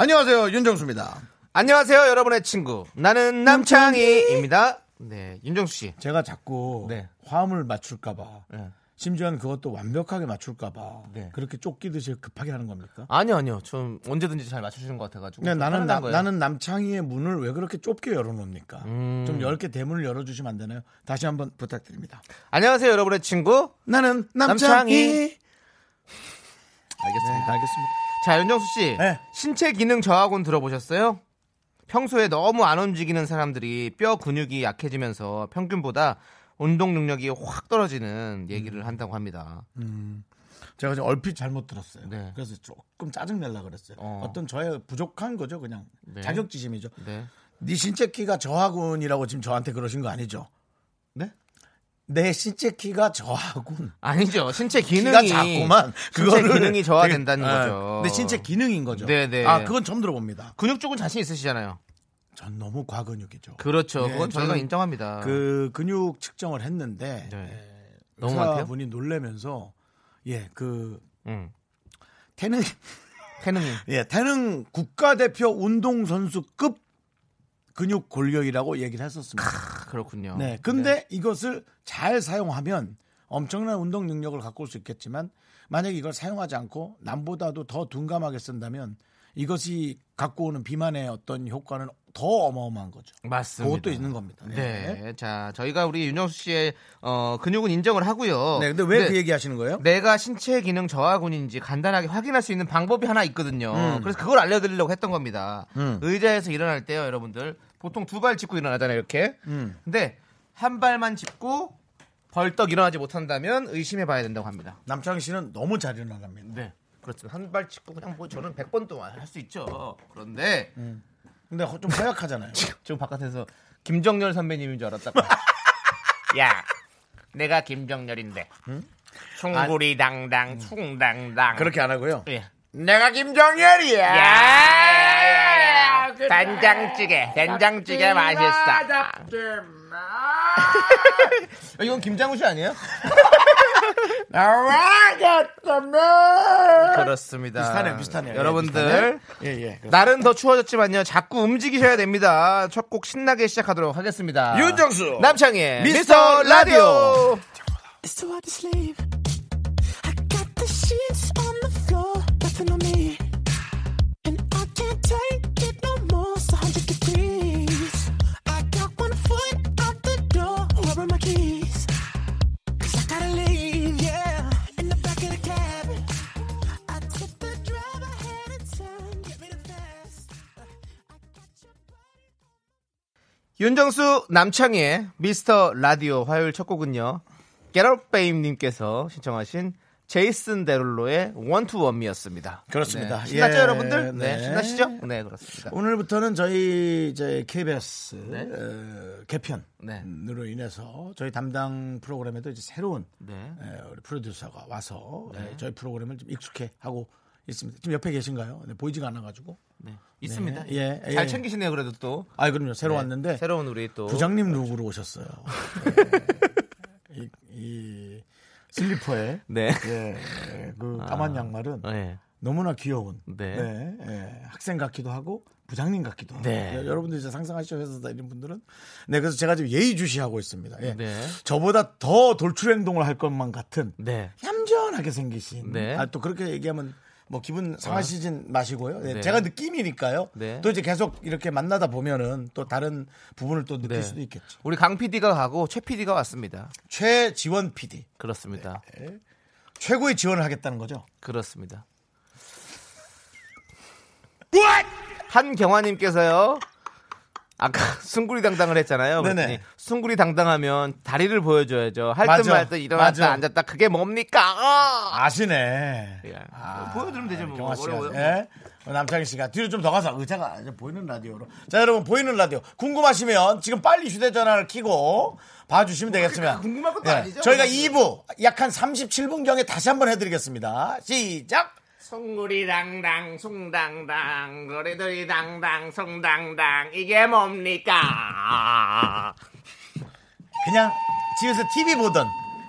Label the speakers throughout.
Speaker 1: 안녕하세요 윤정수입니다.
Speaker 2: 안녕하세요, 여러분의 친구. 나는 남창희입니다. 네, 윤정수 씨.
Speaker 1: 제가 자꾸
Speaker 2: 네.
Speaker 1: 화음을 맞출까봐
Speaker 2: 네.
Speaker 1: 심지어는 그것도 완벽하게 맞출까봐
Speaker 2: 네.
Speaker 1: 그렇게 쫓기듯이 급하게 하는 겁니까?
Speaker 2: 아니요, 아니요. 좀 언제든지 잘 맞춰주는 것 같아가지고.
Speaker 1: 네,
Speaker 2: 좀
Speaker 1: 나는
Speaker 2: 편안한
Speaker 1: 나,
Speaker 2: 거예요.
Speaker 1: 나는 남창희의 문을 왜 그렇게 좁게 열어놓습니까?
Speaker 2: 음.
Speaker 1: 좀 넓게 대문을 열어주시면 안 되나요? 다시 한번 부탁드립니다.
Speaker 2: 안녕하세요, 여러분의 친구.
Speaker 1: 나는 남창희. 네,
Speaker 2: 남창희.
Speaker 1: 알겠습니다. 알겠습니다.
Speaker 2: 자, 윤정수 씨.
Speaker 1: 네.
Speaker 2: 신체 기능 저하곤 들어보셨어요? 평소에 너무 안 움직이는 사람들이 뼈 근육이 약해지면서 평균보다 운동 능력이 확 떨어지는
Speaker 1: 음.
Speaker 2: 얘기를 한다고 합니다.
Speaker 1: 제가 지금 얼핏 잘못 들었어요.
Speaker 2: 네.
Speaker 1: 그래서 조금 짜증 내려 그랬어요.
Speaker 2: 어.
Speaker 1: 어. 떤 저의 부족한 거죠, 그냥
Speaker 2: 네.
Speaker 1: 자격지심이죠.
Speaker 2: 네.
Speaker 1: 네 신체 키가 저하군이라고 지금 저한테 그러신 거 아니죠?
Speaker 2: 네?
Speaker 1: 내 신체 키가 저하군.
Speaker 2: 아니죠. 신체 기능이
Speaker 1: 키가 작고만
Speaker 2: 신체
Speaker 1: 그거를
Speaker 2: 기능이 저하된다는
Speaker 1: 되게-
Speaker 2: 거죠.
Speaker 1: 아, 근데 신체 기능인 거죠.
Speaker 2: 네네.
Speaker 1: 아 그건 처음 들어봅니다.
Speaker 2: 근육 쪽은 자신 있으시잖아요.
Speaker 1: 전 너무 과근육이죠.
Speaker 2: 그렇죠.
Speaker 1: 네,
Speaker 2: 그건 저희가
Speaker 1: 저는
Speaker 2: 인정합니다.
Speaker 1: 그 근육 측정을 했는데
Speaker 2: 네. 너무
Speaker 1: 의사
Speaker 2: 많대요?
Speaker 1: 분이 놀래면서 예 그
Speaker 2: 응.
Speaker 1: 태능
Speaker 2: 태능이.
Speaker 1: 예 태능 국가대표 운동선수급 근육 골격이라고 얘기를 했었습니다.
Speaker 2: 아, 그렇군요.
Speaker 1: 네, 근데 이것을 잘 사용하면 엄청난 운동 능력을 갖고 올 수 있겠지만 만약 이걸 사용하지 않고 남보다도 더 둔감하게 쓴다면 이것이 갖고 오는 비만의 어떤 효과는 더 어마어마한 거죠.
Speaker 2: 맞습니다.
Speaker 1: 그것도 있는 겁니다.
Speaker 2: 네. 자, 저희가 우리 윤정수 씨의 어, 근육은 인정을 하고요.
Speaker 1: 네, 근데 왜 그 얘기 하시는 거예요?
Speaker 2: 내가 신체 기능 저하군인지 간단하게 확인할 수 있는 방법이 하나 있거든요.
Speaker 1: 음.
Speaker 2: 그래서 그걸 알려드리려고 했던 겁니다. 의자에서 일어날 때요, 여러분들. 보통 두 발 짚고 일어나잖아요, 이렇게.
Speaker 1: 음.
Speaker 2: 근데 한 발만 짚고 벌떡 일어나지 못한다면 의심해 봐야 된다고 합니다.
Speaker 1: 남창희 씨는 너무 잘 일어납니다.
Speaker 2: 네. 그렇죠. 한 발 짚고 그냥 뭐 저는 100번도 할 수 있죠. 그런데
Speaker 1: 근데 허- 좀 허약하잖아요.
Speaker 2: 지금 바깥에서 김정렬 선배님인 줄 알았다고. 야, 내가 김정렬인데. 충구리당당, 충당당.
Speaker 1: 그렇게 안 하고요.
Speaker 2: 예.
Speaker 1: 내가 김정열이야.
Speaker 2: 야, 된장찌개,
Speaker 1: 아,
Speaker 2: 된장찌개 맛있어. 이건 김장우 씨 아니에요? 그렇습니다.
Speaker 1: 비슷하네요, 비슷하네요.
Speaker 2: 여러분들
Speaker 1: 예, 예. 그렇습니다.
Speaker 2: 날은 더 추워졌지만요. 자꾸 움직이셔야 됩니다. 첫 곡 신나게 시작하도록 하겠습니다.
Speaker 1: 윤정수.
Speaker 2: 남창희
Speaker 1: 미스터
Speaker 2: 미스터
Speaker 1: 라디오.
Speaker 2: 라디오.
Speaker 3: So I just leave. I got the sheets on the floor, nothing on me. And I can't take it no more, it's 100 degrees. I got one foot out the door, where are my keys? Cause I gotta leave, yeah. In the back of the cab. I took the drive ahead of time, get me the best. I got your body.
Speaker 2: 윤정수 남창희의 미스터 라디오 화요일 첫 곡은요. 게럿베임님께서 신청하신 제이슨 데룰로의 원투원미였습니다.
Speaker 1: 그렇습니다.
Speaker 2: 네. 신났죠
Speaker 1: 예,
Speaker 2: 여러분들? 네.
Speaker 1: 네.
Speaker 2: 신나시죠? 네 그렇습니다.
Speaker 1: 오늘부터는 저희 이제 KBS 어, 개편으로
Speaker 2: 네.
Speaker 1: 인해서 저희 담당 프로그램에도 이제 새로운
Speaker 2: 네.
Speaker 1: 에, 예, 우리 프로듀서가 와서 에, 저희 프로그램을 좀 익숙해 하고 있습니다. 지금 옆에 계신가요? 네, 보이지가 않아가지고.
Speaker 2: 네. 있습니다.
Speaker 1: 예, 예.
Speaker 2: 잘 챙기시네요 그래도 또.
Speaker 1: 아 그럼요. 새로 왔는데
Speaker 2: 네. 새로운 우리 또
Speaker 1: 부장님 룩으로 오셨어요. 예. 이, 이 슬리퍼에
Speaker 2: 네. 아.
Speaker 1: 예, 그 까만 양말은
Speaker 2: 네.
Speaker 1: 너무나 귀여운
Speaker 2: 네.
Speaker 1: 예, 학생 같기도 하고 부장님 같기도 하고
Speaker 2: 네.
Speaker 1: 여- 여러분들 이제 상상하시죠 회사 다니는 분들은 네 그래서 제가 지금 예의주시하고 있습니다 예.
Speaker 2: 네.
Speaker 1: 저보다 더 돌출 행동을 할 것만 같은
Speaker 2: 네.
Speaker 1: 얌전하게 생기신
Speaker 2: 네.
Speaker 1: 아, 또 그렇게 얘기하면 뭐 기분 상하시진 마시고요 예,
Speaker 2: 네.
Speaker 1: 제가 느낌이니까요
Speaker 2: 네.
Speaker 1: 또 이제 계속 이렇게 만나다 보면은 또 다른 부분을 또 느낄
Speaker 2: 네.
Speaker 1: 수도 있겠죠
Speaker 2: 우리 강 PD가 가고 최 PD가 왔습니다.
Speaker 1: 최지원 PD
Speaker 2: 그렇습니다.
Speaker 1: 최고의 지원을 하겠다는 거죠
Speaker 2: 그렇습니다. 한경화님께서요. 아까 숭구리 당당을 했잖아요.
Speaker 1: 네네.
Speaker 2: 그랬더니 숭구리 당당하면 다리를 보여줘야죠. 할
Speaker 1: 맞아.
Speaker 2: 듯 말 듯 일어났다
Speaker 1: 맞아.
Speaker 2: 앉았다 그게 뭡니까? 아!
Speaker 1: 아시네.
Speaker 2: 예. 보여드리면 되죠, 뭐.
Speaker 1: 경화 씨가.
Speaker 2: 어려워요.
Speaker 1: 예. 어, 남창희 씨가 뒤로 좀 더 가서 의자가 아니라 보이는 라디오로. 자, 여러분 보이는 라디오 궁금하시면 지금 빨리 휴대전화를 켜고 봐주시면 되겠습니다.
Speaker 2: 뭐
Speaker 1: 네.
Speaker 2: 궁금한 것도 아니죠. 뭐.
Speaker 1: 저희가 2부 약 한 37분 경에 다시 한번 해드리겠습니다. 시작.
Speaker 2: 송구리 당당 송당당 거리들이 당당 송당당 이게 뭡니까?
Speaker 1: 그냥 집에서 TV 보던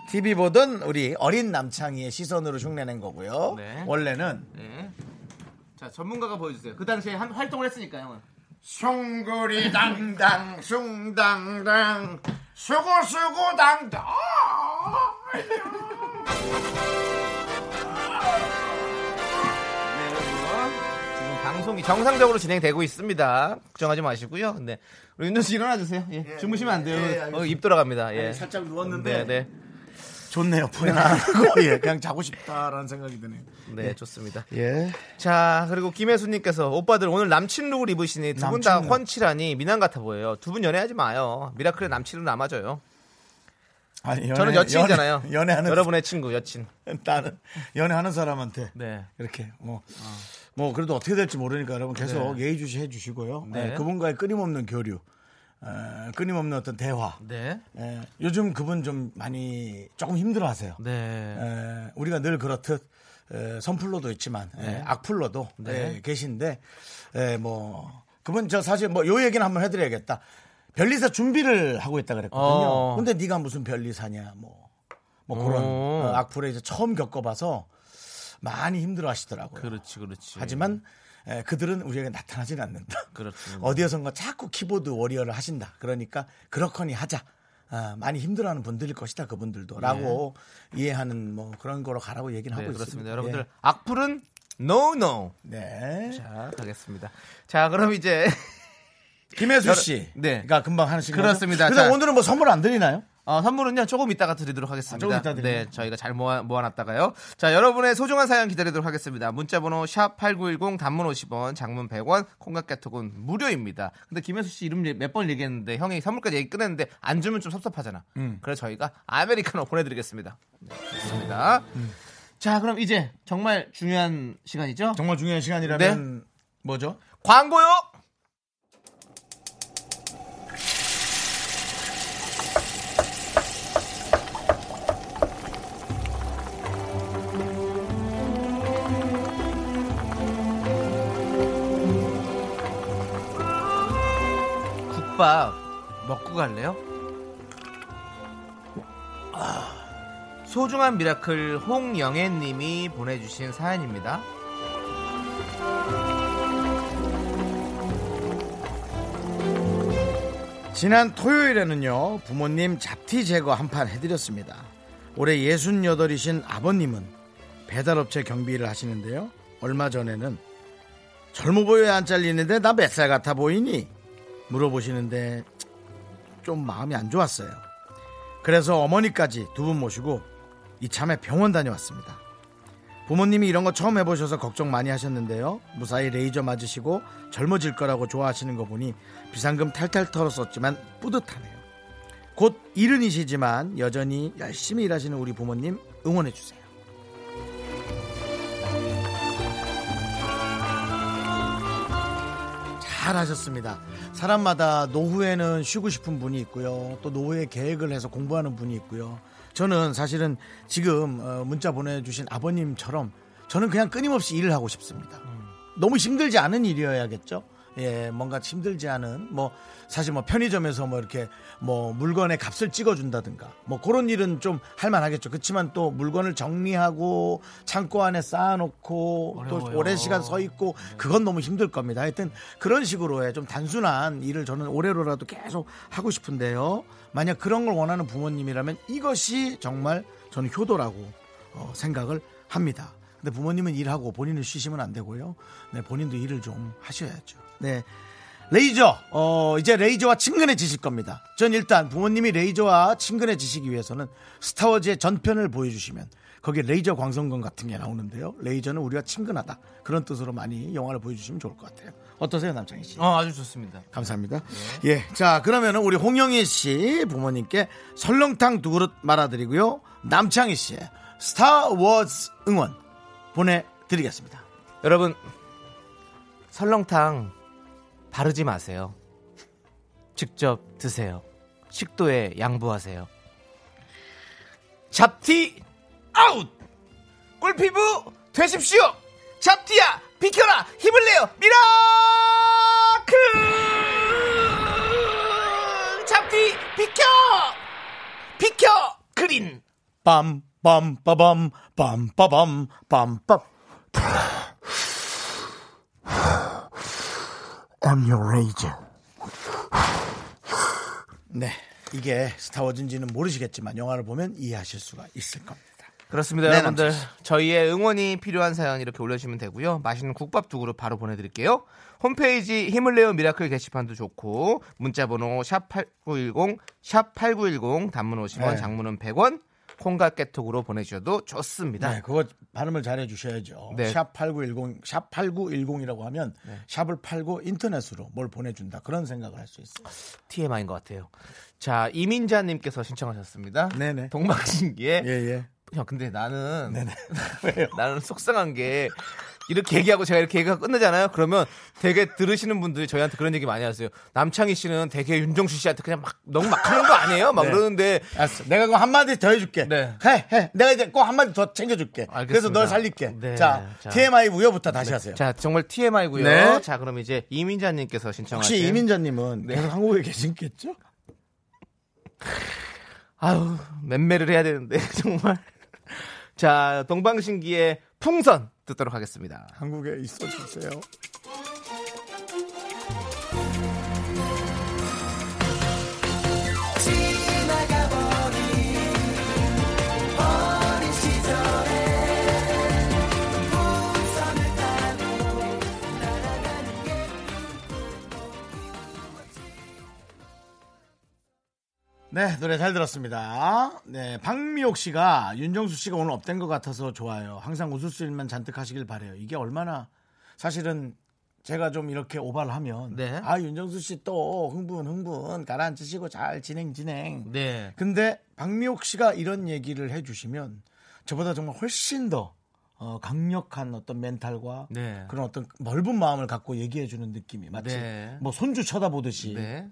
Speaker 1: TV 보던 우리 어린 남창희의 시선으로 흉내낸 거고요.
Speaker 2: 네.
Speaker 1: 원래는
Speaker 2: 네. 자 전문가가 보여주세요. 그 당시에 한 활동을 했으니까 형은.
Speaker 1: 송구리 당당 숭당당 수고 수고 당당
Speaker 2: 네, 여러분. 지금 방송이 정상적으로 진행되고 있습니다. 걱정하지 마시고요. 네. 우리 윤정 씨 일어나 주세요. 예. 주무시면 안 돼요.
Speaker 1: 예, 예,
Speaker 2: 어, 입 돌아갑니다. 예.
Speaker 1: 살짝
Speaker 2: 네,
Speaker 1: 누웠는데
Speaker 2: 네.
Speaker 1: 좋네요 포근하고 예, 그냥 자고 싶다라는 생각이 드네요
Speaker 2: 네, 좋습니다.
Speaker 1: 예
Speaker 2: 자, 그리고 김혜수님께서 오빠들 오늘 남친 룩을 입으시니 두 분 다
Speaker 1: 남친 룩.
Speaker 2: 훤칠하니 미남 같아 보여요. 두 분 연애하지 마요. 미라클의 남친으로 남아줘요.
Speaker 1: 아니, 연애-
Speaker 2: 저는 여친이잖아요.
Speaker 1: 연애, 연애하는
Speaker 2: 여러분의 친구 여친.
Speaker 1: 나는 연애하는 사람한테
Speaker 2: 네. 어.
Speaker 1: 이렇게 뭐 뭐 그래도 어떻게 될지 모르니까 여러분 계속 예의주시 해주시고요
Speaker 2: 네.
Speaker 1: 예, 그분과의 끊임없는 교류 어, 끊임없는 어떤 대화
Speaker 2: 네.
Speaker 1: 예, 요즘 그분 좀 많이 조금 힘들어하세요
Speaker 2: 네.
Speaker 1: 에, 우리가 늘 그렇듯 에, 선플로도 있지만 에,
Speaker 2: 네.
Speaker 1: 악플로도 에, 계신데 에, 뭐 그분 저 사실 뭐 요 얘기는 한번 해드려야겠다. 별리사 준비를 하고 있다 그랬거든요.
Speaker 2: 어.
Speaker 1: 근데 네가 무슨 별리사냐 뭐, 뭐 그런
Speaker 2: 어.
Speaker 1: 어, 악플에 이제 처음 겪어봐서 많이 힘들어하시더라고요.
Speaker 2: 그렇지, 그렇지.
Speaker 1: 하지만 에, 그들은 우리에게 나타나진 않는다.
Speaker 2: 음. 그렇지.
Speaker 1: 어디에선가 자꾸 키보드 워리어를 하신다. 그러니까 그렇거니 하자. 아, 많이 힘들어하는 분들일 것이다 그분들도라고 이해하는 뭐 그런 거로 가라고 얘기는
Speaker 2: 네,
Speaker 1: 하고
Speaker 2: 그렇습니다.
Speaker 1: 있습니다.
Speaker 2: 여러분들 악플은 no no.
Speaker 1: 예. 네.
Speaker 2: 자, 가겠습니다. 자, 그럼 이제
Speaker 1: 김혜수 씨,
Speaker 2: 네.
Speaker 1: 가 금방 하는 시간.
Speaker 2: 그렇습니다.
Speaker 1: 근데
Speaker 2: 자.
Speaker 1: 오늘은 뭐 선물 안 드리나요?
Speaker 2: 어, 선물은요 조금 이따가 드리도록 하겠습니다.
Speaker 1: 아, 조금 이따 드리나요?
Speaker 2: 네, 저희가 잘 모아, 모아놨다가요. 자, 여러분의 소중한 사연 기다리도록 하겠습니다. 문자번호 샵 #8910 단문 50원, 장문 100원, 콩깍개톡은 무료입니다. 근데 김혜수 씨 이름 예, 몇 번 얘기했는데 형이 선물까지 얘기 끝냈는데 안 주면 좀 섭섭하잖아. 그래서 저희가 아메리카노 보내드리겠습니다. 네, 좋습니다. 자, 그럼 이제 정말 중요한 시간이죠.
Speaker 1: 정말 중요한 시간이라면 뭐죠?
Speaker 2: 광고요. 국밥 먹고 갈래요? 아, 소중한 미라클 홍영애님이 보내주신 사연입니다.
Speaker 1: 지난 토요일에는요 부모님 잡티 제거 한 판 해드렸습니다. 올해 68이신 아버님은 배달업체 경비를 하시는데요. 얼마 전에는 젊어 보여야 안 잘리는데 나 몇 살 같아 보이니? 물어보시는데 좀 마음이 안 좋았어요. 그래서 어머니까지 두 분 모시고 이참에 병원 다녀왔습니다. 부모님이 이런 거 처음 해보셔서 걱정 많이 하셨는데요. 무사히 레이저 맞으시고 젊어질 거라고 좋아하시는 거 보니 비상금 탈탈 털었었지만 뿌듯하네요. 곧 이른이시지만 여전히 열심히 일하시는 우리 부모님 응원해주세요. 잘하셨습니다. 사람마다 노후에는 쉬고 싶은 분이 있고요. 또 노후에 계획을 해서 공부하는 분이 있고요. 저는 사실은 지금 어, 문자 보내주신 아버님처럼 저는 그냥 끊임없이 일을 하고 싶습니다. 너무 힘들지 않은 일이어야겠죠. 예, 뭔가 힘들지 않은 뭐 사실 뭐 편의점에서 뭐 이렇게 뭐 물건의 값을 찍어준다든가 뭐 그런 일은 좀 할만하겠죠. 그렇지만 또 물건을 정리하고 창고 안에 쌓아놓고 또 오랜 시간 서 있고 그건 너무 힘들 겁니다. 하여튼 그런 식으로의 좀 단순한 일을 저는 올해로라도 계속 하고 싶은데요. 만약 그런 걸 원하는 부모님이라면 이것이 정말 저는 효도라고 어, 생각을 합니다. 근데 부모님은 일하고 본인은 쉬시면 안 되고요. 네, 본인도 일을 좀 하셔야죠. 네. 레이저, 어, 이제 레이저와 친근해지실 겁니다. 전 일단 부모님이 레이저와 친근해지시기 위해서는 스타워즈의 전편을 보여주시면 거기에 레이저 광선검 같은 게 나오는데요. 레이저는 우리와 친근하다. 그런 뜻으로 많이 영화를 보여주시면 좋을 것 같아요. 어떠세요, 남창희 씨?
Speaker 2: 어, 아주 좋습니다.
Speaker 1: 감사합니다. 예. 자, 그러면은 우리 홍영희 씨 부모님께 설렁탕 두 그릇 말아드리고요. 남창희 씨의 스타워즈 응원 보내드리겠습니다.
Speaker 2: 여러분, 설렁탕 바르지 마세요. 직접 드세요. 식도에 양보하세요. 잡티 아웃! 꿀피부 되십시오! 잡티야! 비켜라! 힘을 내요! 미라클! 잡티 비켜! 비켜! 그린!
Speaker 1: 빰, 빰, 빠밤, 빰, 빠밤, 빰, 빰. 네. 이게 스타워즈인지는 모르시겠지만 영화를 보면 이해하실 수가 있을 겁니다.
Speaker 2: 그렇습니다,
Speaker 1: 네,
Speaker 2: 여러분들.
Speaker 1: 남자
Speaker 2: 저희의 응원이 필요한 사연 이렇게 올려주시면 되고요. 맛있는 국밥 두 그릇 바로 보내드릴게요. 홈페이지 힘을 내요 미라클 게시판도 좋고 문자번호 샵 #8910 샵 #8910 단문 50원,
Speaker 1: 네.
Speaker 2: 장문은 100원, 콩과 깨톡으로 보내주셔도 좋습니다.
Speaker 1: 네, 그거 발음을 잘해 주셔야죠.
Speaker 2: 네.
Speaker 1: 샵 8910, 샵 8910이라고 하면 샵을 팔고 인터넷으로 뭘 보내준다. 그런 생각을 할 수 있어요.
Speaker 2: TMI인 것 같아요. 자 이민자님께서 신청하셨습니다.
Speaker 1: 네네.
Speaker 2: 동방신기에
Speaker 1: 예, 예.
Speaker 2: 형 근데 나는 나는 속상한 게 이렇게 얘기하고 제가 이렇게 얘기가 끝나잖아요. 그러면 되게 들으시는 분들이 저희한테 그런 얘기 많이 하세요. 남창희 씨는 되게 윤정수 씨한테 그냥 막 너무 막 하는 거 아니에요? 막
Speaker 1: 네.
Speaker 2: 그러는데
Speaker 1: 알았어. 내가 그 한마디 더 해줄게.
Speaker 2: 네.
Speaker 1: 해, 해. 내가 이제 꼭 한마디 더 챙겨줄게.
Speaker 2: 알겠습니다.
Speaker 1: 그래서 널 살릴게.
Speaker 2: 네,
Speaker 1: 자,
Speaker 2: 자. 네,
Speaker 1: TMI 우여부터 다시 하세요.
Speaker 2: 자 정말 TMI고요.
Speaker 1: 네.
Speaker 2: 자 그럼 이제 이민자님께서 네. 신청하신
Speaker 1: 혹시 이민자님은 계속 한국에 계신겠죠?
Speaker 2: 아유 맴매를 해야 되는데 정말 자 동방신기의 풍선 듣도록 하겠습니다.
Speaker 1: 한국에 있어주세요. 네, 노래 잘 들었습니다. 네, 박미옥 씨가 윤정수 씨가 오늘 업된 것 같아서 좋아요. 항상 웃을 수 일만 잔뜩 하시길 바래요. 이게 얼마나 사실은 제가 좀 이렇게 오바를 하면
Speaker 2: 네.
Speaker 1: 아 윤정수 씨 또 흥분 흥분 가라앉히시고 잘 진행 진행.
Speaker 2: 네.
Speaker 1: 근데 박미옥 씨가 이런 얘기를 해주시면 저보다 정말 훨씬 더 어, 강력한 어떤 멘탈과
Speaker 2: 네.
Speaker 1: 그런 어떤 넓은 마음을 갖고 얘기해주는 느낌이 마치
Speaker 2: 네.
Speaker 1: 뭐 손주 쳐다보듯이
Speaker 2: 네.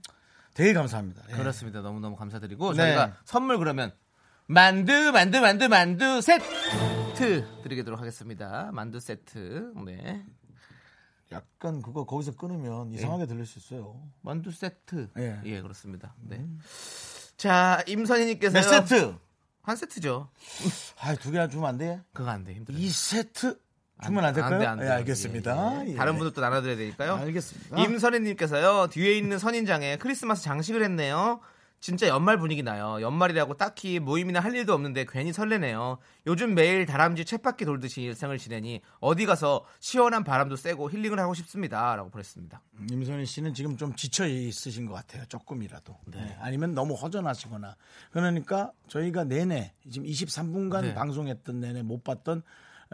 Speaker 1: 되게 감사합니다. 예.
Speaker 2: 그렇습니다. 너무너무 감사드리고
Speaker 1: 네.
Speaker 2: 저희가 선물 그러면 만두 만두 만두 만두 세트 드리도록 하겠습니다. 만두 세트. 네.
Speaker 1: 약간 그거 거기서 끊으면
Speaker 2: 예.
Speaker 1: 이상하게 들릴 수 있어요.
Speaker 2: 만두 세트.
Speaker 1: 예. 음.
Speaker 2: 예, 그렇습니다. 네. 자, 임선희 님께서
Speaker 1: 몇
Speaker 2: 어.
Speaker 1: 세트?
Speaker 2: 한 세트죠.
Speaker 1: 아, 두 개나 주면 안 돼?
Speaker 2: 그거 안 돼. 힘들어요.
Speaker 1: 이 세트 주면 안 될까요?
Speaker 2: 네. 안 돼, 안 돼.
Speaker 1: 예, 알겠습니다.
Speaker 2: 예, 예.
Speaker 1: 예.
Speaker 2: 다른 분들 또 나눠드려야 되니까요.
Speaker 1: 알겠습니다.
Speaker 2: 임선희님께서요 뒤에 있는 선인장에 크리스마스 장식을 했네요. 진짜 연말 분위기 나요. 연말이라고 딱히 모임이나 할 일도 없는데 괜히 설레네요. 요즘 매일 다람쥐 쳇바퀴 돌듯이 일상을 지내니 어디 가서 시원한 바람도 쐬고 힐링을 하고 싶습니다라고 보냈습니다.
Speaker 1: 임선희 씨는 지금 좀 지쳐 있으신 것 같아요. 조금이라도. 네. 아니면 너무 허전하시거나. 그러니까 저희가 내내 지금 23분간
Speaker 2: 네.
Speaker 1: 방송했던 내내 못 봤던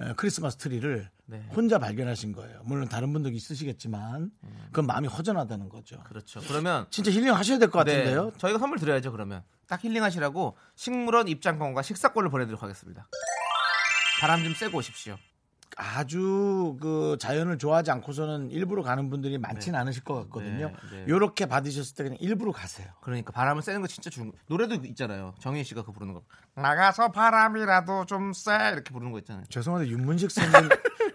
Speaker 1: 에, 크리스마스 트리를
Speaker 2: 네.
Speaker 1: 혼자 발견하신 거예요. 물론 다른 분들도 있으시겠지만 그건 마음이 허전하다는 거죠.
Speaker 2: 그렇죠. 그러면
Speaker 1: 진짜 힐링 하셔야 될 것
Speaker 2: 네,
Speaker 1: 같은데요.
Speaker 2: 저희가 선물 드려야죠. 그러면 딱 힐링하시라고 식물원 입장권과 식사권을 보내드리도록 하겠습니다. 바람 좀 쐬고 오십시오.
Speaker 1: 아주 그 자연을 좋아하지 않고서는 일부러 가는 분들이 많진 않으실 것 같거든요.
Speaker 2: 네, 네.
Speaker 1: 요렇게 받으셨을 때 그냥 일부러 가세요.
Speaker 2: 그러니까 바람을 쐬는 거 진짜 중요. 노래도 있잖아요. 정인 씨가 그 부르는 거. 나가서 바람이라도 좀 쐬. 이렇게 부르는 거 있잖아요.
Speaker 1: 죄송한데 윤문식 선배님,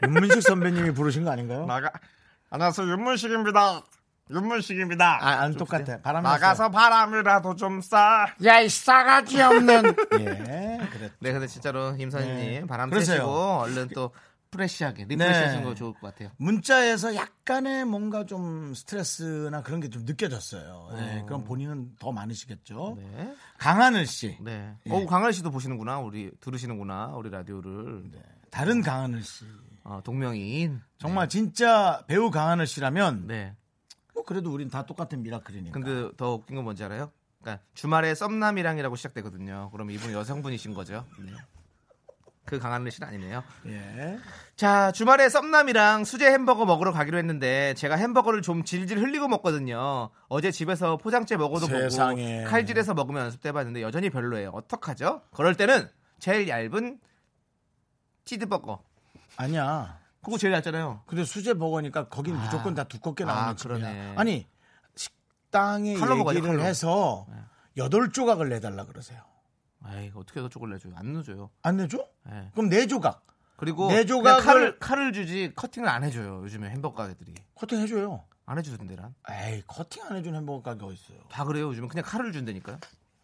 Speaker 1: 윤문식 선배님이 부르신 거 아닌가요?
Speaker 2: 나가. 안녕하세요. 윤문식입니다. 윤문식입니다.
Speaker 1: 아, 안 똑같아. 바람
Speaker 2: 나가서 바람이라도 좀 쏴.
Speaker 1: 야, 이 싸가지 없는. 예, 그래.
Speaker 2: 네, 근데 진짜로 임선희님
Speaker 1: 네.
Speaker 2: 바람
Speaker 1: 그러세요.
Speaker 2: 쐬시고 얼른 또 프레시하게 리프레시하신
Speaker 1: 네.
Speaker 2: 거 좋을 것 같아요.
Speaker 1: 문자에서 약간의 뭔가 좀 스트레스나 그런 게 좀 느껴졌어요. 예, 그럼 본인은 더 많으시겠죠.
Speaker 2: 네.
Speaker 1: 강하늘 씨.
Speaker 2: 네. 어, 강한 씨도 보시는구나. 우리 들으시는구나. 우리 라디오를.
Speaker 1: 다른 강하늘 씨.
Speaker 2: 어, 동명이인.
Speaker 1: 정말 진짜 배우 강하늘 씨라면
Speaker 2: 네.
Speaker 1: 뭐 그래도 우린 다 똑같은 미라클이니까.
Speaker 2: 근데 더 웃긴 건 뭔지 알아요? 그러니까 주말에 썸남이랑이라고 시작되거든요. 그럼 이분 여성분이신 거죠.
Speaker 1: 네.
Speaker 2: 그 강한래 씨는 아니네요.
Speaker 1: 예.
Speaker 2: 자, 주말에 썸남이랑 수제 햄버거 먹으러 가기로 했는데 제가 햄버거를 좀 질질 흘리고 먹거든요. 어제 집에서 포장째 먹어도
Speaker 1: 세상에.
Speaker 2: 보고 칼질해서 먹으면 연습해봤는데 여전히 별로예요. 어떡하죠? 그럴 때는 제일 얇은 치즈버거.
Speaker 1: 아니야.
Speaker 2: 그거 제일 얇잖아요.
Speaker 1: 근데 수제 버거니까 거긴
Speaker 2: 아.
Speaker 1: 무조건 다 두껍게
Speaker 2: 아,
Speaker 1: 나오는
Speaker 2: 그러네.
Speaker 1: 집이야. 아니 식당에
Speaker 2: 칼로 먹어야죠,
Speaker 1: 얘기를
Speaker 2: 칼로. 네.
Speaker 1: 해서 여덟 조각을 내달라 그러세요.
Speaker 2: 에이, 어떻게 해서 쪽을 내줘요? 안 넣어줘요.
Speaker 1: 안 내줘?
Speaker 2: 예.
Speaker 1: 그럼 네 조각
Speaker 2: 그리고
Speaker 1: 내
Speaker 2: 그냥
Speaker 1: 조각을-
Speaker 2: 칼을, 칼을 주지 커팅을 안 해줘요. 요즘에 햄버거 가게들이.
Speaker 1: 커팅 해줘요.
Speaker 2: 안 해주던데란.
Speaker 1: 에이 커팅 안 해준 햄버거 가게 어디 있어요?
Speaker 2: 다 그래요. 요즘은 그냥 칼을 준다니까요.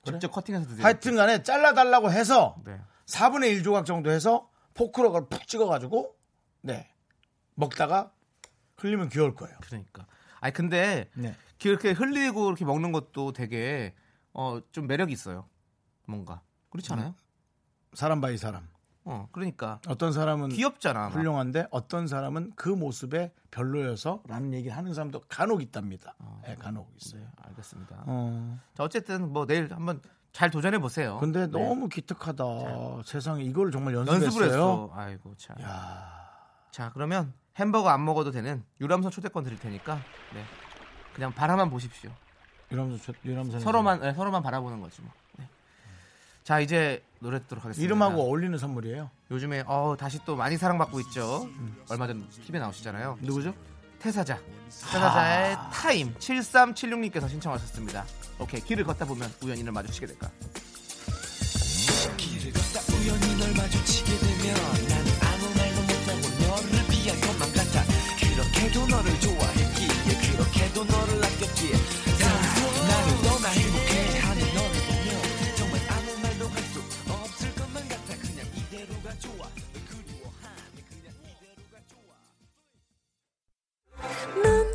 Speaker 2: 직접 커팅해서 드세요.
Speaker 1: 하여튼간에 잘라달라고 해서
Speaker 2: 네.
Speaker 1: 4분의 1 조각 정도 해서 포크로 그걸 푹 찍어가지고 네 먹다가 흘리면 귀여울 거예요.
Speaker 2: 그러니까. 아니 근데
Speaker 1: 네.
Speaker 2: 이렇게 흘리고 이렇게 먹는 것도 되게 어 좀 매력이 있어요. 뭔가 그렇지 않아요?
Speaker 1: 사람 바이 사람.
Speaker 2: 어 그러니까
Speaker 1: 어떤 사람은
Speaker 2: 귀엽잖아. 막.
Speaker 1: 훌륭한데 어떤 사람은 그 모습에 별로여서라는 얘기를 하는 사람도 간혹 있답니다. 예, 간혹 있어요.
Speaker 2: 알겠습니다.
Speaker 1: 어.
Speaker 2: 자 어쨌든 뭐 내일 한번 잘 도전해 보세요. 네.
Speaker 1: 근데 너무 기특하다. 세상에 이걸 정말 연습했어요.
Speaker 2: 연습을 했어. 아이고 참. 자 그러면 햄버거 안 먹어도 되는 유람선 초대권 드릴 테니까 네. 그냥 바라만 보십시오.
Speaker 1: 유람선 초- 유람선
Speaker 2: 서로만 네, 서로만 바라보는 거지 뭐. 네. 자 이제 노래 듣도록 하겠습니다.
Speaker 1: 이름하고 어울리는 선물이에요.
Speaker 2: 요즘에 어 다시 또 많이 사랑받고 있죠. 음. 얼마 전 TV에 나오시잖아요. 누구죠? 태사자. 태사자의 타임 7376님께서 신청하셨습니다. 오케이 길을 걷다 보면 우연히 를 마주치게 될까?
Speaker 3: 넌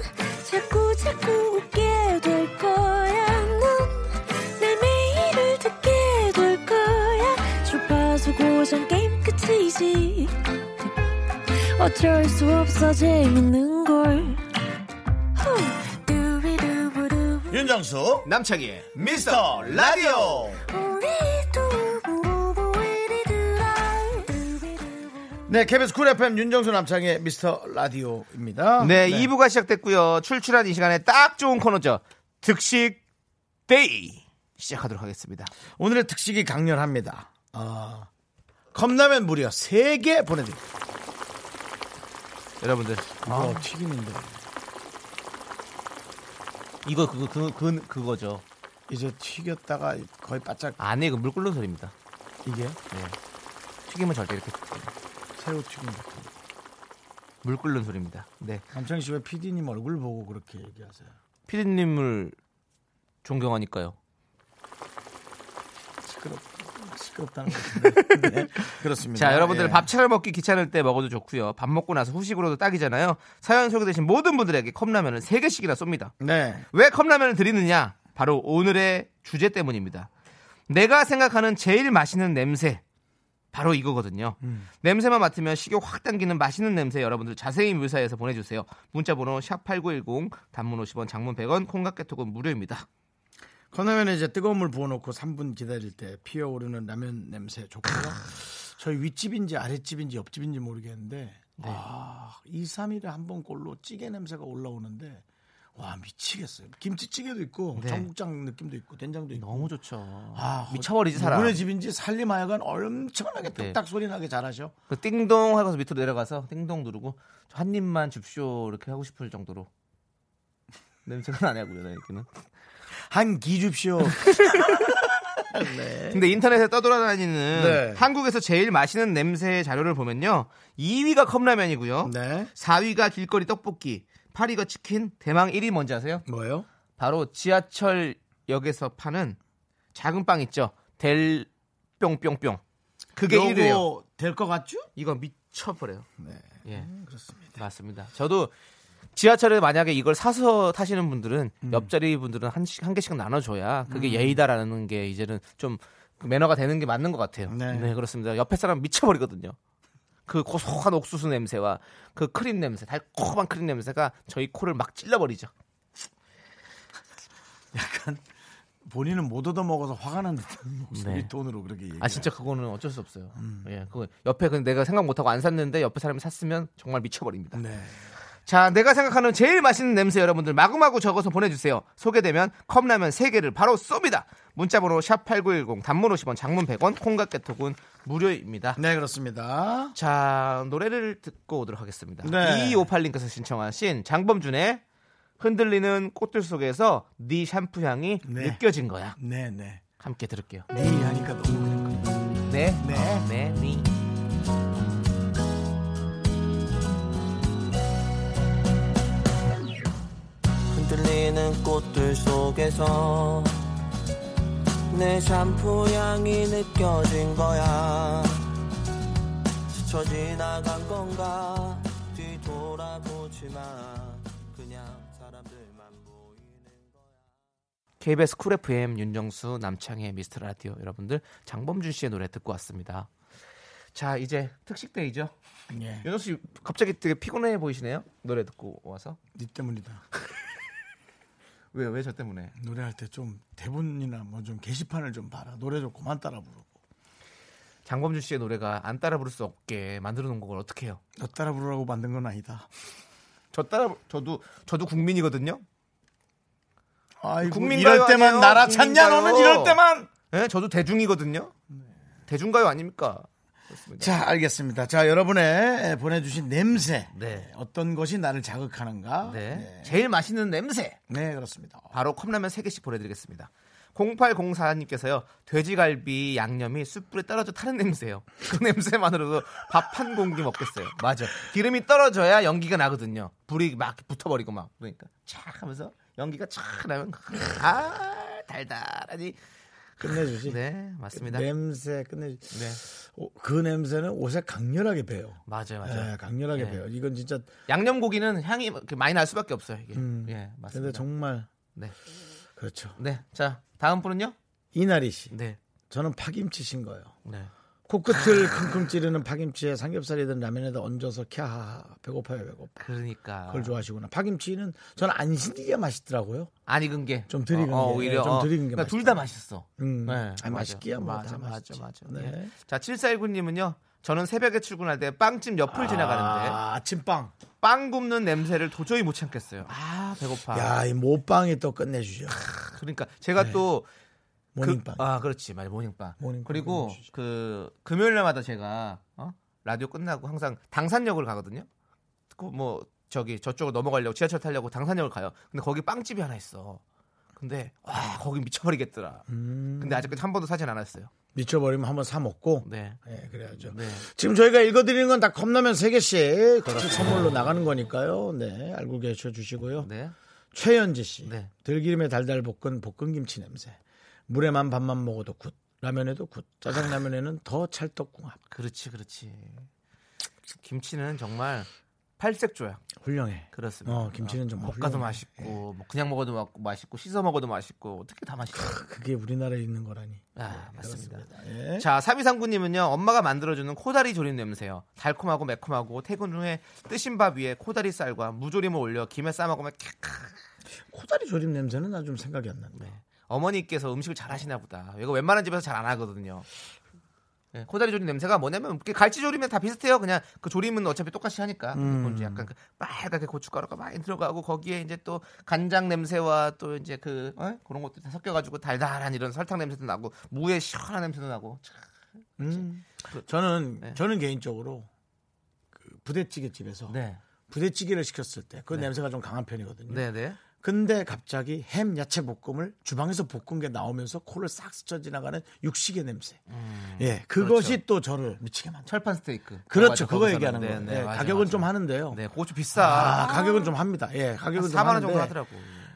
Speaker 3: 자꾸 자꾸 웃게 될 거야. 넌내 매일을 듣게 될 거야. 주파수 고정 게임 끝이지. 어쩔 수 없어 재밌는 걸. 후. 두비두부두.
Speaker 1: 윤정수
Speaker 2: 남창희의 미스터 라디오.
Speaker 3: 우리 두부부부 우리 두라. 두비두부부.
Speaker 1: 네, KBS 쿨 FM 윤정수 남창의 미스터 라디오입니다.
Speaker 2: 네, 2부가 시작됐고요. 출출한 이 시간에 딱 좋은 코너죠. 득식 데이 시작하도록 하겠습니다.
Speaker 1: 오늘의 특식이 강렬합니다. 아, 컵라면 무려 3개 보내드립니다.
Speaker 2: 여러분들
Speaker 1: 이거 아, 튀기는데.
Speaker 2: 이거 그거 그, 그 그거죠.
Speaker 1: 이제 튀겼다가 거의 바짝
Speaker 2: 안에 이거 물 끓는 소리입니다.
Speaker 1: 이게
Speaker 2: 네. 튀김은 절대 이렇게
Speaker 1: 새우 튀김 같은 거.
Speaker 2: 물 끓는 소리입니다. 네.
Speaker 1: 남창희 씨왜 PD님 얼굴 보고 그렇게 얘기하세요?
Speaker 2: 피디님을 존경하니까요.
Speaker 1: 시끄럽, 시끄럽다는 거. 네, 그렇습니다.
Speaker 2: 자, 여러분들
Speaker 1: 예.
Speaker 2: 밥 차려 먹기 귀찮을 때 먹어도 좋고요. 밥 먹고 나서 후식으로도 딱이잖아요. 사연 소개되신 모든 분들에게 컵라면을 3개씩이나 쏩니다.
Speaker 1: 네.
Speaker 2: 왜 컵라면을 드리느냐? 바로 오늘의 주제 때문입니다. 내가 생각하는 제일 맛있는 냄새. 바로 이거거든요. 냄새만 맡으면 식욕 확 당기는 맛있는 냄새 여러분들 자세히 묘사해서 보내주세요. 문자번호 샵8910 단문 50원 장문 100원 콩깍개톡은 무료입니다.
Speaker 1: 컵라면에 이제 뜨거운 물 부어놓고 3분 기다릴 때 피어오르는 라면 냄새 좋고요. 저희 윗집인지 아랫집인지 옆집인지 모르겠는데
Speaker 2: 네.
Speaker 1: 아, 2, 3일에 한 번 꼴로 찌개 냄새가 올라오는데 와 미치겠어요. 김치찌개도 있고
Speaker 2: 네.
Speaker 1: 전국장 느낌도 있고 된장도 있고
Speaker 2: 너무 좋죠.
Speaker 1: 아,
Speaker 2: 미쳐버리지 사람. 네.
Speaker 1: 누구네 집인지 살림 하여간 엄청나게 뚝딱 소리 나게 잘하셔.
Speaker 2: 그 띵동 하고서 밑으로 내려가서 띵동 누르고 저한 입만 줍쇼 이렇게 하고 싶을 정도로 냄새가 나냐고요, 나 이렇게는.
Speaker 1: 한 기줍쇼.
Speaker 2: 근데 인터넷에 떠돌아다니는
Speaker 1: 네.
Speaker 2: 한국에서 제일 맛있는 냄새 자료를 보면요, 2위가 컵라면이고요,
Speaker 1: 네.
Speaker 2: 4위가 길거리 떡볶이, 8위가 치킨, 대망 1위 뭔지 아세요?
Speaker 1: 뭐요?
Speaker 2: 바로 지하철역에서 파는 작은 빵 있죠, 델 뿅뿅뿅. 그게 1위예요.
Speaker 1: 될것 같죠?
Speaker 2: 이거 미쳐버려요.
Speaker 1: 네.
Speaker 2: 예.
Speaker 1: 그렇습니다.
Speaker 2: 맞습니다. 저도 지하철에 만약에 이걸 사서 타시는 분들은
Speaker 1: 음.
Speaker 2: 옆자리 분들은 한, 씩- 한 개씩 나눠줘야 그게 예의다라는 게 이제는 좀그 매너가 되는 게 맞는 것 같아요.
Speaker 1: 네.
Speaker 2: 네, 그렇습니다. 옆에 사람 미쳐버리거든요. 그 고소한 옥수수 냄새와 그 크림 냄새, 달콤한 크림 냄새가 저희 코를 막 찔러버리죠.
Speaker 1: 약간 본인은 못 얻어먹어서 화가 난 듯한 목소리
Speaker 2: 네.
Speaker 1: 톤으로 그렇게 얘기해요.
Speaker 2: 아 진짜 그거는 어쩔 수 없어요.
Speaker 1: 음.
Speaker 2: 예, 그거 옆에 그 내가 생각 못 하고 안 샀는데 옆에 사람이 샀으면 정말 미쳐버립니다.
Speaker 1: 네.
Speaker 2: 자, 내가 생각하는 제일 맛있는 냄새 여러분들 마구마구 적어서 보내주세요. 소개되면 컵라면 3개를 바로 쏩니다. 문자번호 샵8910 단문 50원 장문 100원 콩깍개톡은 무료입니다.
Speaker 1: 네, 그렇습니다.
Speaker 2: 자, 노래를 듣고 오도록 하겠습니다.
Speaker 1: 네.
Speaker 2: 2258님께서 신청하신 장범준의 흔들리는 꽃들 속에서 네 샴푸 향이
Speaker 1: 네.
Speaker 2: 느껴진 거야.
Speaker 1: 네, 네.
Speaker 2: 함께 들을게요.
Speaker 1: 네 하니까 너무 그렇군.
Speaker 2: 네.
Speaker 1: 네.
Speaker 2: 어, 네. 네.
Speaker 4: 흔들리는 꽃들 속에서 내 샴푸 향이 느껴진 거야 스쳐 지나간 건가 뒤돌아보지 마 그냥 사람들만 보이는
Speaker 2: KBS 쿨 FM 윤정수 남창의 미스터 라디오 여러분들 장범준 씨의 노래 듣고 왔습니다. 자 이제 특식 데이죠.
Speaker 1: 예.
Speaker 2: 윤정수 씨 갑자기 되게 피곤해 보이시네요. 노래 듣고 와서
Speaker 1: 네 때문이다.
Speaker 2: 왜요? 왜 저 때문에?
Speaker 1: 노래할 때 좀 대본이나 뭐 좀 게시판을 좀 봐라. 노래 좀 그만 따라 부르고.
Speaker 2: 장범준 씨의 노래가 안 따라 부를 수 없게 만들어 놓은 걸 어떻게 해요?
Speaker 1: 너 따라 부르라고 만든 건 아니다.
Speaker 2: 저 따라 부- 저도 저도 국민이거든요.
Speaker 1: 아이고,
Speaker 2: 국민가요
Speaker 1: 이럴 때만
Speaker 2: 아니에요?
Speaker 1: 나라
Speaker 2: 국민가요.
Speaker 1: 찾냐 너는 이럴 때만.
Speaker 2: 예, 저도 대중이거든요. 네. 대중가요 아닙니까? 그렇습니다.
Speaker 1: 자, 알겠습니다. 자, 여러분의 보내주신 냄새.
Speaker 2: 네.
Speaker 1: 어떤 것이 나를 자극하는가?
Speaker 2: 네.
Speaker 1: 네.
Speaker 2: 제일 맛있는 냄새.
Speaker 1: 네, 그렇습니다.
Speaker 2: 바로 컵라면 3개씩 보내드리겠습니다. 0804님께서요, 돼지갈비 양념이 숯불에 떨어져 타는 냄새요. 그 냄새만으로도 밥 한 공기 먹겠어요. 맞아. 기름이 떨어져야 연기가 나거든요. 불이 막 붙어버리고 막. 그러니까 촥 하면서 연기가 촥 나면, 아, 달달하니.
Speaker 1: 끝내주시.
Speaker 2: 네, 맞습니다. 네.
Speaker 1: 냄새 끝내주. 오, 그 냄새는 옷에 강렬하게 배요.
Speaker 2: 맞아요, 맞아요.
Speaker 1: 네, 강렬하게
Speaker 2: 네.
Speaker 1: 배요. 이건 진짜.
Speaker 2: 양념 고기는 향이 이렇게 많이 날 수밖에 없어요. 이게.
Speaker 1: 음,
Speaker 2: 예,
Speaker 1: 근데
Speaker 2: 맞습니다.
Speaker 1: 정말
Speaker 2: 네.
Speaker 1: 그렇죠.
Speaker 2: 네. 자, 다음 분은요?
Speaker 1: 이나리 씨,
Speaker 2: 네.
Speaker 1: 저는 파김치신 거예요.
Speaker 2: 네.
Speaker 1: 코끝을
Speaker 2: 아.
Speaker 1: 킁킁 찌르는 파김치에 삼겹살이든 라면에다 얹어서 캬 배고파요 배고파.
Speaker 2: 그러니까.
Speaker 1: 그걸 좋아하시구나. 파김치는 저는 안 신기게 맛있더라고요.
Speaker 2: 안 익은 게.
Speaker 1: 좀 덜 익은 게. 예,
Speaker 2: 오히려.
Speaker 1: 좀
Speaker 2: 어.
Speaker 1: 덜 익은 게
Speaker 2: 그러니까 둘 다 맛있어.
Speaker 1: 음,
Speaker 2: 네,
Speaker 1: 아,
Speaker 2: 맞아요.
Speaker 1: 맛있기야 뭐
Speaker 2: 맞아,
Speaker 1: 다
Speaker 2: 맞아,
Speaker 1: 맛있지.
Speaker 2: 맞아.
Speaker 1: 네.
Speaker 2: 네. 자, 7419님은요. 저는 새벽에 출근할 때 빵집 옆을 지나가는데
Speaker 1: 아, 아침빵.
Speaker 2: 빵 굽는 냄새를 도저히 못 참겠어요. 아, 배고파.
Speaker 1: 야, 네. 이 모빵이 또 끝내주죠.
Speaker 2: 그러니까 제가 또
Speaker 1: 모닝빵.
Speaker 2: 그, 아, 그렇지. 맞아. 모닝빵.
Speaker 1: 모닝빵
Speaker 2: 그리고
Speaker 1: 끝내주죠.
Speaker 2: 그 금요일 날마다 제가 어? 라디오 끝나고 항상 당산역을 가거든요. 그 뭐 저기 저쪽으로 넘어가려고 지하철 타려고 당산역을 가요. 근데 거기 빵집이 하나 있어. 근데 와, 거기 미쳐버리겠더라.
Speaker 1: 음,
Speaker 2: 근데 아직까지 한 번도 사진 않았어요.
Speaker 1: 미쳐버리면 한번 사 먹고.
Speaker 2: 네.
Speaker 1: 네, 그래야죠.
Speaker 2: 네.
Speaker 1: 지금 저희가 읽어드리는 건 다 컵라면 3개씩 선물로 나가는 거니까요. 네, 알고 계셔 주시고요.
Speaker 2: 네.
Speaker 1: 최현지 씨.
Speaker 2: 네.
Speaker 1: 들기름에 달달 볶은 볶은 김치 냄새. 물에만 밥만 먹어도 굿. 라면에도 굿. 짜장라면에는 더 찰떡궁합.
Speaker 2: 그렇지, 그렇지. 김치는 정말 팔색 조약.
Speaker 1: 훌륭해.
Speaker 2: 그렇습니다.
Speaker 1: 어, 김치는 정말 예.
Speaker 2: 볶아도
Speaker 1: 훌륭해.
Speaker 2: 맛있고, 뭐 그냥 먹어도 맛- 맛있고, 씻어 먹어도 맛있고, 어떻게 다 맛있어.
Speaker 1: 그게 우리나라에 있는 거라니.
Speaker 2: 아, 맞습니다.
Speaker 1: 예.
Speaker 2: 자, 사비상구님은요, 엄마가 만들어주는 코다리 조림 냄새요. 달콤하고 매콤하고, 퇴근 후에 뜨신 밥 위에 코다리 쌀과 무조림을 올려 김에 싸먹으면 캬캬.
Speaker 1: 코다리 조림 냄새는 나 좀 생각이 안 난다.
Speaker 2: 네. 어머니께서 음식을 잘 하시나 보다. 이거 웬만한 집에서 잘 안 하거든요. 예, 코다리 조림 냄새가 뭐냐면 이렇게 갈치 조림에 다 비슷해요. 그냥 그 조림은 어차피 똑같이 하니까 그건 이제 약간 그 빨갛게 고춧가루가 많이 들어가고 거기에 이제 또 간장 냄새와 또 이제 그 어? 그런 것도 다 섞여가지고 달달한 이런 설탕 냄새도 나고 무의 시원한 냄새도 나고 참,
Speaker 1: 음. 저는
Speaker 2: 네.
Speaker 1: 저는 개인적으로 그 부대찌개 집에서
Speaker 2: 네,
Speaker 1: 부대찌개를 시켰을 때 그 냄새가 좀 강한 편이거든요.
Speaker 2: 네, 네.
Speaker 1: 근데 갑자기 햄 야채 볶음을 주방에서 볶은 게 나오면서 코를 싹 스쳐 지나가는 육식의 냄새. 예, 그것이 또 저를 미치게 만들.
Speaker 2: 철판 스테이크. 음,
Speaker 1: 그렇죠,
Speaker 2: 그렇죠. 맞아,
Speaker 1: 그거
Speaker 2: 거기서는.
Speaker 1: 얘기하는
Speaker 2: 네,
Speaker 1: 거예요.
Speaker 2: 네,
Speaker 1: 예,
Speaker 2: 맞아,
Speaker 1: 가격은
Speaker 2: 맞아.
Speaker 1: 좀 하는데요.
Speaker 2: 네, 고추
Speaker 1: 아,
Speaker 2: 비싸.
Speaker 1: 가격은 좀 합니다. 예, 가격은 좀
Speaker 2: 4만 원 네. 정도
Speaker 1: 하는데
Speaker 2: 하더라고.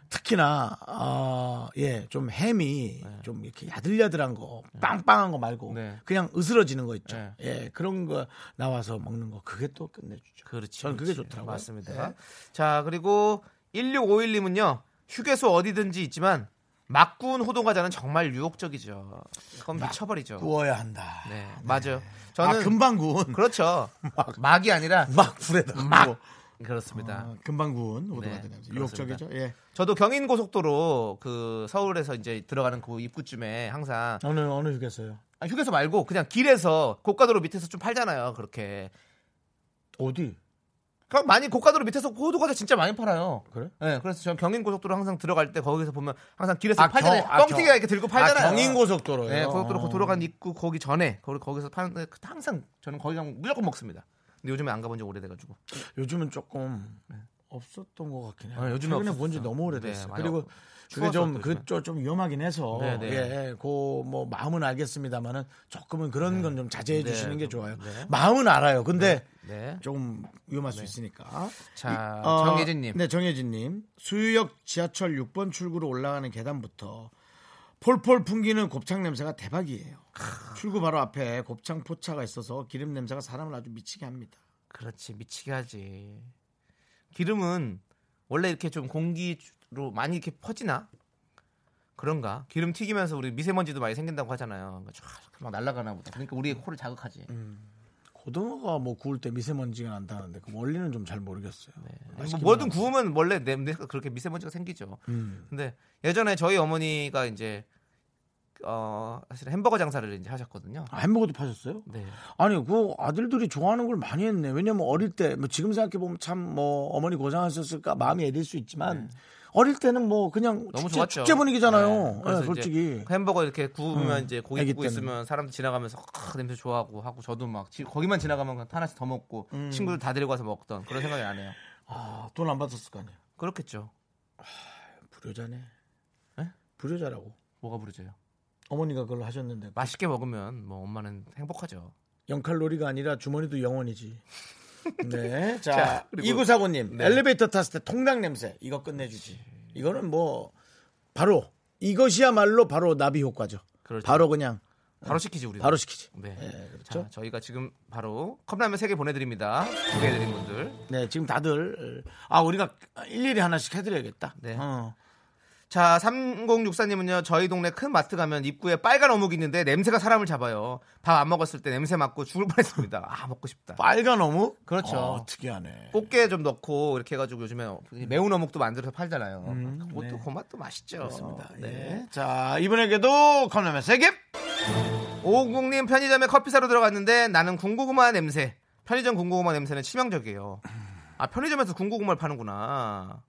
Speaker 1: 특히나 어, 예, 좀 햄이 좀 이렇게 야들야들한 거, 빵빵한 거 말고
Speaker 2: 네.
Speaker 1: 그냥 으스러지는 거 있죠.
Speaker 2: 네.
Speaker 1: 예, 그런 거 나와서 먹는 거 그게 또 끝내주죠.
Speaker 2: 그렇죠.
Speaker 1: 저는 그게
Speaker 2: 그렇지.
Speaker 1: 좋더라고요.
Speaker 2: 맞습니다.
Speaker 1: 네.
Speaker 2: 자, 그리고 1651님은요. 휴게소 어디든지 있지만 막 구운 호동과자는 정말 유혹적이죠. 그건 미쳐버리죠.
Speaker 1: 구워야 한다.
Speaker 2: 네, 맞아요. 저는
Speaker 1: 아, 금방 구운
Speaker 2: 그렇죠. 막이 아니라 어.
Speaker 1: 막 불에다
Speaker 2: 막. 그렇습니다.
Speaker 1: 아, 금방 구운 오도가
Speaker 2: 네,
Speaker 1: 되네요.
Speaker 2: 그렇습니다.
Speaker 1: 유혹적이죠. 예.
Speaker 2: 저도 경인 고속도로 그 서울에서 이제 들어가는 그 입구쯤에 항상
Speaker 1: 어느 어느 휴게소요?
Speaker 2: 아니, 휴게소 말고 그냥 길에서 고가도로 밑에서 좀 팔잖아요. 그렇게
Speaker 1: 어디?
Speaker 2: 그럼 많이 고가도로 밑에서 고도 과자 진짜 많이 팔아요.
Speaker 1: 그래?
Speaker 2: 네, 그래서 저 경인 고속도로 항상 들어갈 때 거기서 보면 항상 길에서
Speaker 1: 아,
Speaker 2: 팔잖아요.
Speaker 1: 경- 아, 경-
Speaker 2: 뻥튀기가 이렇게 들고 팔잖아요.
Speaker 1: 아, 경인고속도로요.
Speaker 2: 네, 고속도로
Speaker 1: 어.
Speaker 2: 그 돌아간 입구 거기 전에 거기 거기서 파는데 그때 항상 저는 거기 가면 무조건 먹습니다. 근데 요즘에 안 가본 지 오래돼가지고
Speaker 1: 요즘은 조금 없었던 것 같긴 해요.
Speaker 2: 네. 아, 요즘은
Speaker 1: 최근에 본지
Speaker 2: 없었어요.
Speaker 1: 너무 오래됐어요.
Speaker 2: 네, 많이
Speaker 1: 그리고
Speaker 2: 없-
Speaker 1: 그게
Speaker 2: 추워서
Speaker 1: 좀
Speaker 2: 또
Speaker 1: 그
Speaker 2: 요즘에.
Speaker 1: 쪽좀 위험하긴 해서
Speaker 2: 네, 네.
Speaker 1: 예, 그뭐 마음은 알겠습니다만은 조금은 그런 건 좀 자제해
Speaker 2: 네,
Speaker 1: 주시는 게
Speaker 2: 좀-
Speaker 1: 좋아요.
Speaker 2: 네.
Speaker 1: 마음은 알아요. 근데
Speaker 2: 네.
Speaker 1: 조금 위험할 수 있으니까.
Speaker 2: 자,
Speaker 1: 이- 어,
Speaker 2: 아, 정예진님.
Speaker 1: 네, 정예진님. 수유역 지하철 6번 출구로 올라가는 계단부터 폴폴 풍기는 곱창 냄새가 대박이에요. 출구 바로 앞에 곱창 포차가 있어서 기름 냄새가 사람을 아주 미치게 합니다.
Speaker 2: 그렇지 미치게 하지. 기름은 원래 이렇게 좀 공기로 많이 이렇게 퍼지나? 그런가? 기름 튀기면서 우리 미세먼지도 많이 생긴다고 하잖아요. 그러니까 쫙막 날아가나 보다. 그러니까 우리의 코를 자극하지.
Speaker 1: 고등어가 뭐 구울 때 미세먼지가 난다는데 그 원리는 좀 잘 모르겠어요. 음.
Speaker 2: 아니, 뭐 뭐든 구우면 원래 냄새가 그렇게 미세먼지가 생기죠. 근데 예전에 저희 어머니가 이제 어 사실 햄버거 장사를 이제 하셨거든요.
Speaker 1: 아, 햄버거도 파셨어요?
Speaker 2: 네.
Speaker 1: 아니 그 아들들이 좋아하는 걸 많이 했네. 왜냐면 어릴 때 뭐 지금 생각해 보면 참 뭐 어머니 고생하셨을까 마음이 애릴 수 있지만 어릴 때는 뭐 그냥
Speaker 2: 네. 너무
Speaker 1: 축제,
Speaker 2: 좋았죠.
Speaker 1: 축제 분위기잖아요.
Speaker 2: 네, 그래서
Speaker 1: 예,
Speaker 2: 이제
Speaker 1: 솔직히
Speaker 2: 햄버거 이렇게 구우면
Speaker 1: 음,
Speaker 2: 이제 고기
Speaker 1: 애기
Speaker 2: 굽고
Speaker 1: 때는.
Speaker 2: 있으면 사람들 지나가면서 아, 냄새 좋아하고 하고 저도 막 지- 거기만 지나가면 그냥 하나씩 더 먹고
Speaker 1: 음.
Speaker 2: 친구들 다 데리고 가서 먹던 그런 생각이 안 해요.
Speaker 1: 아, 돈 안 받았을 거 아니에요.
Speaker 2: 그렇겠죠.
Speaker 1: 불효자네.
Speaker 2: 예?
Speaker 1: 불효자라고.
Speaker 2: 뭐가 부르죠?
Speaker 1: 어머니가 그걸 하셨는데
Speaker 2: 맛있게 먹으면 뭐 엄마는 행복하죠.
Speaker 1: 영칼로리가 아니라 주머니도 영원이지. 네, 자
Speaker 2: 자, 그리고-
Speaker 1: 이구사고님
Speaker 2: 네.
Speaker 1: 엘리베이터 탔을 때 통닭 냄새 이거 끝내주지. 이거는 뭐 바로 이것이야말로 바로 나비 효과죠.
Speaker 2: 그렇죠.
Speaker 1: 바로 그냥
Speaker 2: 바로 시키지 우리.
Speaker 1: 바로 시키지.
Speaker 2: 네.
Speaker 1: 네, 그렇죠.
Speaker 2: 자, 저희가 지금 바로 컵라면 3개 보내드립니다. 소개해드린 분들.
Speaker 1: 네, 지금 다들 아 우리가 일일이 하나씩 해드려야겠다.
Speaker 2: 네.
Speaker 1: 어.
Speaker 2: 자, 3064님은요, 저희 동네 큰 마트 가면 입구에 빨간 어묵이 있는데 냄새가 사람을 잡아요. 밥 안 먹었을 때 냄새 맡고 죽을 뻔했습니다. 아, 먹고 싶다.
Speaker 1: 빨간 어묵?
Speaker 2: 그렇죠.
Speaker 1: 어, 특이하네.
Speaker 2: 꽃게 좀 넣고 이렇게 해가지고 요즘에 매운 어묵도 만들어서 팔잖아요. 그것도
Speaker 1: 네.
Speaker 2: 그 맛도 맛있죠.
Speaker 1: 그렇습니다.
Speaker 2: 네.
Speaker 1: 예. 자 이분에게도 컵라면 세 개.
Speaker 2: 오공님 편의점에 커피 사러 들어갔는데 나는 군고구마 냄새. 편의점 군고구마 냄새는 치명적이에요. 아 편의점에서 군고구마를 파는구나.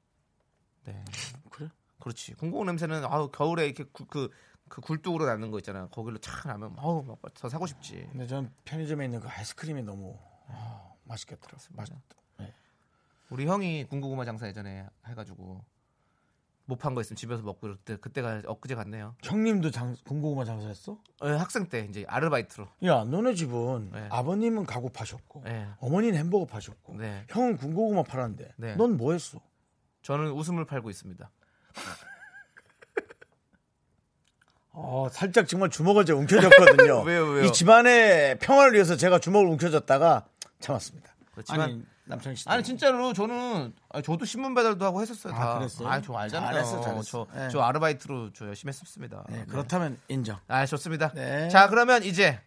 Speaker 2: 네.
Speaker 1: 그래?
Speaker 2: 그렇지. 군고구마 냄새는 아우 겨울에 이렇게 구- 그, 그 굴뚝으로 남는 거 있잖아요. 거기로 착 나면 아우 막더 사고 싶지.
Speaker 1: 근데 전 편의점에 있는 그 아이스크림이 너무 아, 맛있겠더라고. 맛있다.
Speaker 2: 우리 형이 군고구마 장사 예전에 해가지고 못 판 거 있으면 집에서 먹고 그럴 때 그때가 엊그제 같네요.
Speaker 1: 형님도 장, 군고구마 장사했어?
Speaker 2: 예, 학생 때 이제 아르바이트로.
Speaker 1: 야, 너네 집은
Speaker 2: 네.
Speaker 1: 아버님은 가구 파셨고,
Speaker 2: 네.
Speaker 1: 어머니는 햄버거 파셨고,
Speaker 2: 네.
Speaker 1: 형은 군고구마 팔았는데,
Speaker 2: 네.
Speaker 1: 넌 뭐 했어?
Speaker 2: 저는 웃음을 팔고 있습니다.
Speaker 1: 어, 살짝 정말 주먹을 제가 움켜쥐었거든요.
Speaker 2: 왜요, 왜요?
Speaker 1: 이 집안의 평화를 위해서 제가 주먹을 움켜쥐었다가 참았습니다.
Speaker 2: 그렇지만
Speaker 1: 남창 씨.
Speaker 2: 아니 진짜로 저는 아, 저도 신문 배달도 하고 했었어요.
Speaker 1: 아,
Speaker 2: 다.
Speaker 1: 그랬어요?
Speaker 2: 아, 저 알잖아요.
Speaker 1: 잘했어, 잘했어.
Speaker 2: 저,
Speaker 1: 네.
Speaker 2: 저 아르바이트로 저 열심히 했었습니다.
Speaker 1: 네,
Speaker 2: 네.
Speaker 1: 그렇다면 인정.
Speaker 2: 아 좋습니다.
Speaker 1: 네.
Speaker 2: 자 그러면 이제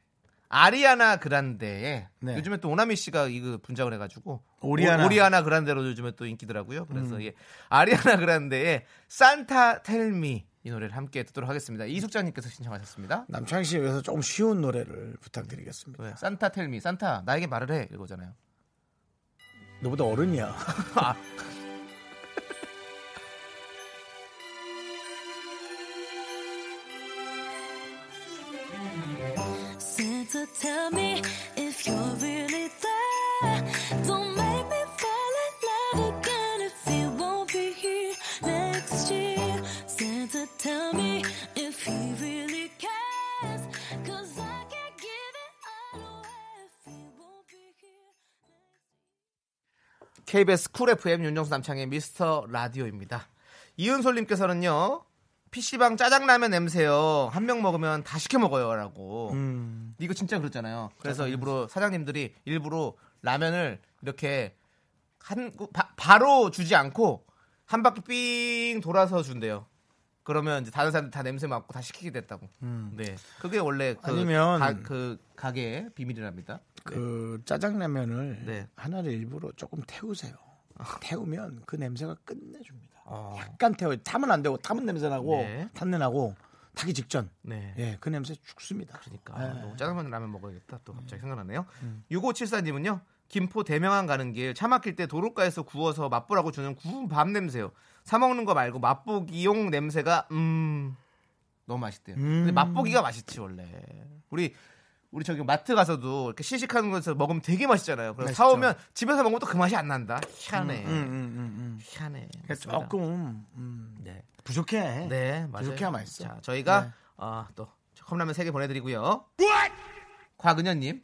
Speaker 2: 아리아나 그란데에
Speaker 1: 네.
Speaker 2: 요즘에 또 오나미 씨가 이거 그 분장을 해가지고
Speaker 1: 오리아나. 음.
Speaker 2: 오, 리아나 그란데로 요즘에 또 인기더라고요. 그래서 예. 아리아나 그란데의 산타 텔미 이 노래를 함께 듣도록 하겠습니다. 이숙자님께서 신청하셨습니다.
Speaker 1: 남창 씨에 의해서 조금 쉬운 노래를 부탁드리겠습니다.
Speaker 2: 왜? 산타 텔미 산타 나에게 말을 해 이거잖아요.
Speaker 1: 너보다 어른이야.
Speaker 5: Santa, tell me if you're really there. Don't make me fall in love again if you won't be here next year. Santa, tell me if he really cares. Cause I can't give it all away if he won't be here.
Speaker 2: KBS 쿨 FM 윤정수 남창의 미스터 라디오입니다. 이은솔님께서는요, PC방 짜장라면 냄새요. 한 명 먹으면 다 시켜 먹어요. 라고.
Speaker 1: 음.
Speaker 2: 이거 진짜 그렇잖아요. 그래서 일부러 사장님들이 일부러 라면을 이렇게 한, 바, 바로 주지 않고 한 바퀴 삥 돌아서 준대요. 그러면 이제 다른 사람들 다 냄새 맡고 다 시키게 됐다고. 네. 그게 원래 그,
Speaker 1: 음. 아니면-
Speaker 2: 가, 그 가게의 비밀이랍니다.
Speaker 1: 그 짜장라면을
Speaker 2: 네. 아.
Speaker 1: 하나를 일부러 조금 태우세요. 태우면 그 냄새가 끝내줍니다. 약간 태워 타면 안 되고 타면 냄새 나고
Speaker 2: 네.
Speaker 1: 탄내 나고 타기 직전
Speaker 2: 네.
Speaker 1: 예, 그 냄새 죽습니다.
Speaker 2: 그러니까
Speaker 1: 네.
Speaker 2: 아, 너무 짜장면 라면 먹어야겠다. 또
Speaker 1: 음.
Speaker 2: 갑자기 생각나네요. 6574님은요. 김포 대명항 가는 길 차 막힐 때 도로가에서 구워서 맛보라고 주는 구운 밥 냄새요. 사 먹는 거 말고 맛보기용 냄새가 음 너무 맛있대요.
Speaker 1: 음.
Speaker 2: 근데 맛보기가 맛있지 원래. 우리 우리 저기 마트 가서도 이렇게 시식하는 거에서 먹으면 되게 맛있잖아요. 그래서
Speaker 1: 맛있죠. 음,
Speaker 2: 사오면 집에서 먹으면 또 그 맛이 안 난다. 희한해. 희한해. 맞습니다.
Speaker 1: 그러니까 조금 음,
Speaker 2: 네.
Speaker 1: 부족해.
Speaker 2: 네, 맞아요.
Speaker 1: 부족해야 맛있어.
Speaker 2: 자, 저희가
Speaker 1: 네.
Speaker 2: 아, 또 컵라면 3개 보내드리고요. 곽은현님.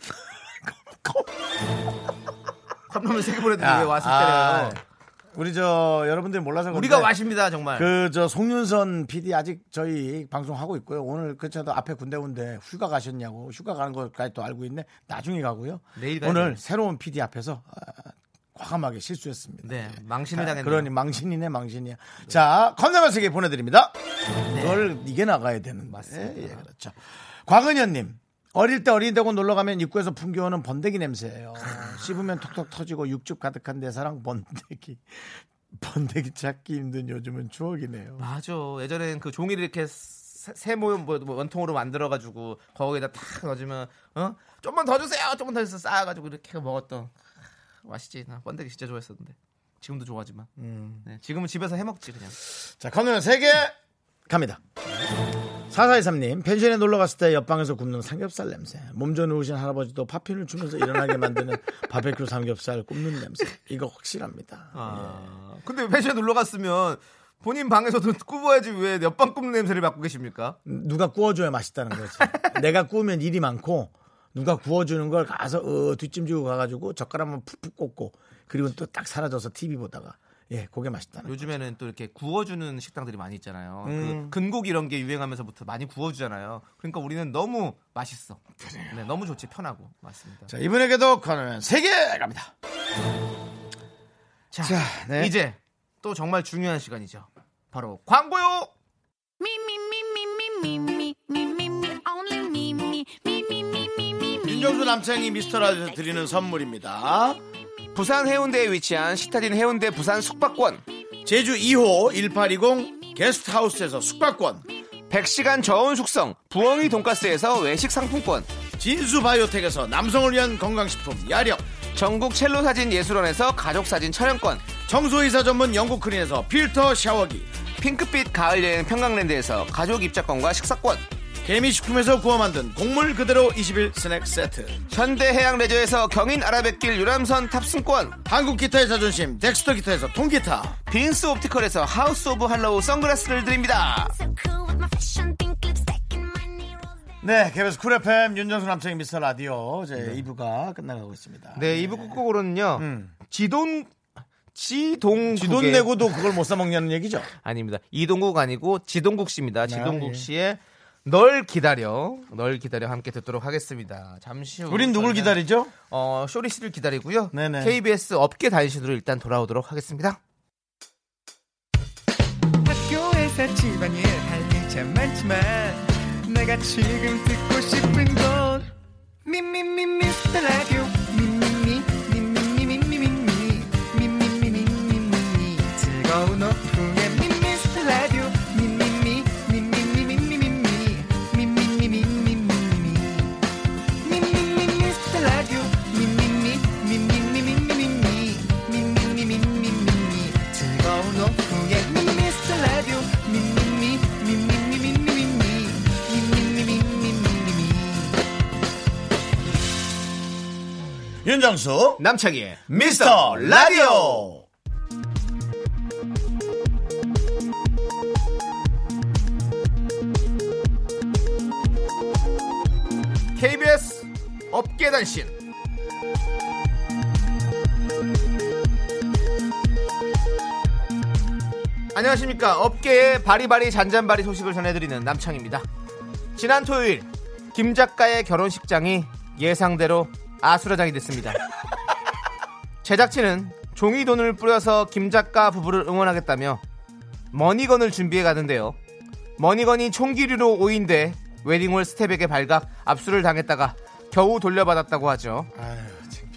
Speaker 2: 컵라면 3개 보내드리고요.
Speaker 1: 야,
Speaker 2: 와서
Speaker 1: 아,
Speaker 2: 때려요.
Speaker 1: 우리 저 여러분들 이 몰라서
Speaker 2: 우리가
Speaker 1: 그런데
Speaker 2: 와십니다, 정말.
Speaker 1: 그저 송윤선 PD 아직 저희 방송 하고 있고요. 오늘 그차도 앞에 군데군데 휴가 가셨냐고 휴가 가는 것까지 또 알고 있네. 나중에 가고요.
Speaker 2: 내일 가야
Speaker 1: 오늘
Speaker 2: 돼요.
Speaker 1: 새로운 PD 앞에서 아, 과감하게 실수했습니다.
Speaker 2: 네, 망신을
Speaker 1: 자,
Speaker 2: 당했네요.
Speaker 1: 아, 그러니 망신이네 망신이야. 자 컵라면 세개 보내드립니다.
Speaker 2: 네.
Speaker 1: 이걸 이게 나가야 되는
Speaker 2: 맞습니다.
Speaker 1: 예, 예, 그렇죠. 곽은현님 어릴 때 어린 대고 놀러 가면 입구에서 풍겨오는 번데기 냄새예요. 씹으면 톡톡 터지고 육즙 가득한 내 사랑 번데기. 번데기 찾기 힘든 요즘은 추억이네요.
Speaker 2: 맞아. 예전엔 그 종이를 이렇게 세- 세모 뭐, 뭐 원통으로 만들어가지고 거기에다 탁 넣어주면 어? 좀만 더 주세요. 좀만 더 주세요. 쌓아가지고 이렇게 먹었던 아, 맛있지. 나 번데기 진짜 좋아했었는데. 지금도 좋아하지만.
Speaker 1: 음.
Speaker 2: 네, 지금은 집에서 해먹지 그냥.
Speaker 1: 자, 커널 3개 갑니다. 4423님, 펜션에 놀러 갔을 때 옆방에서 굽는 삼겹살 냄새. 몸져 누우신 할아버지도 파핀을 주면서 일어나게 만드는 바베큐 삼겹살 굽는 냄새. 이거 확실합니다.
Speaker 2: 아, 근데 왜 펜션에 놀러 갔으면 본인 방에서도 꾸어야지 왜 옆방 굽는 냄새를 맡고 계십니까?
Speaker 1: 누가 구워줘야 맛있다는 거지. 내가 구우면 일이 많고, 누가 구워주는 걸 가서 어, 뒷짐지고 가가지고 젓가락만 푹푹 꽂고, 그리고 또 딱 사라져서 TV 보다가, 예, 그게 맛있다는 거지.
Speaker 2: 네, 요즘에는 또 이렇게 구워주는 식당들이 많이 있잖아요. 그 근곡 이런 게 유행하면서부터 많이 구워주잖아요. 그러니까 우리는 너무 맛있어. 네, 너무 좋지 편하고 맞습니다.
Speaker 1: 자, 이분에게도 커널 3개 갑니다.
Speaker 2: 자,
Speaker 1: 자, 네.
Speaker 2: 이제 또 정말 중요한 시간이죠. 바로 광고요.
Speaker 5: Me, me, me, me, me, me, me, me, me, me, only me, me, me, me, me, me, me, me.
Speaker 1: 윤정수 남창이 미스터라에서 드리는 선물입니다.
Speaker 2: 부산 해운대에 위치한 시타딘 해운대 부산 숙박권.
Speaker 1: 제주 2호 1820 게스트하우스에서 숙박권
Speaker 2: 100시간 저온 숙성 부엉이 돈가스에서 외식 상품권
Speaker 1: 진수 바이오텍에서 남성을 위한 건강식품 야력
Speaker 2: 전국 첼로 사진 예술원에서 가족 사진 촬영권
Speaker 1: 청소이사 전문 영국 크린에서 필터 샤워기
Speaker 2: 핑크빛 가을여행 평강랜드에서 가족 입장권과 식사권
Speaker 1: 개미식품에서 구워 만든 곡물 그대로 21 스낵 세트
Speaker 2: 현대해양레저에서 경인아라뱃길 유람선 탑승권
Speaker 1: 한국 기타의 자존심 덱스터 기타에서 통기타
Speaker 2: 빈스 옵티컬에서 하우스 오브 할로우 선글라스를 드립니다
Speaker 5: So cool with my fashion pink lipstick and my knee rolls down.
Speaker 1: 네 KBS 쿨 FM 윤정수 남창희 미스터 라디오 이제 2부가 끝나가고 있습니다
Speaker 2: 네 이부 끝곡으로는요
Speaker 1: 음.
Speaker 2: 지돈 지동국의
Speaker 1: 돈 내고도 그걸 못 사먹냐는 얘기죠
Speaker 2: 아닙니다 이동국 아니고 지동국 씨입니다 지동국
Speaker 1: 예.
Speaker 2: 씨의 널 기다려 널 기다려 함께 듣도록 하겠습니다 잠시 후
Speaker 1: 우린 누굴
Speaker 2: 저희는,
Speaker 1: 기다리죠?
Speaker 2: 어, 쇼리 씨를 기다리고요
Speaker 1: 네네.
Speaker 2: KBS 업계 단신으로 일단 돌아오도록 하겠습니다
Speaker 6: 학교에서 집안일 할 일 참 많지만 내가 지금 듣고 싶은 건 미미미 미스터 라디오 미미미 미미미 미미미 미미미 미미미 미미미 즐거운 오후에 미스터 라디오 미미미 미미미 미미미 미미미 미미미 미미미
Speaker 1: 윤정수
Speaker 2: 남창희의
Speaker 1: 미스터 라디오
Speaker 2: KBS 업계 단신. 안녕하십니까. 업계의 바리바리 잔잔바리 소식을 전해드리는 남창입니다. 지난 토요일, 김 작가의 결혼식장이 예상대로 아수라장이 됐습니다. 제작진은 종이 돈을 뿌려서 김 작가 부부를 응원하겠다며 머니건을 준비해 가는데요. 머니건이 총기류로 오인돼 웨딩홀 스텝에게 발각 압수를 당했다가 겨우 돌려받았다고 하죠.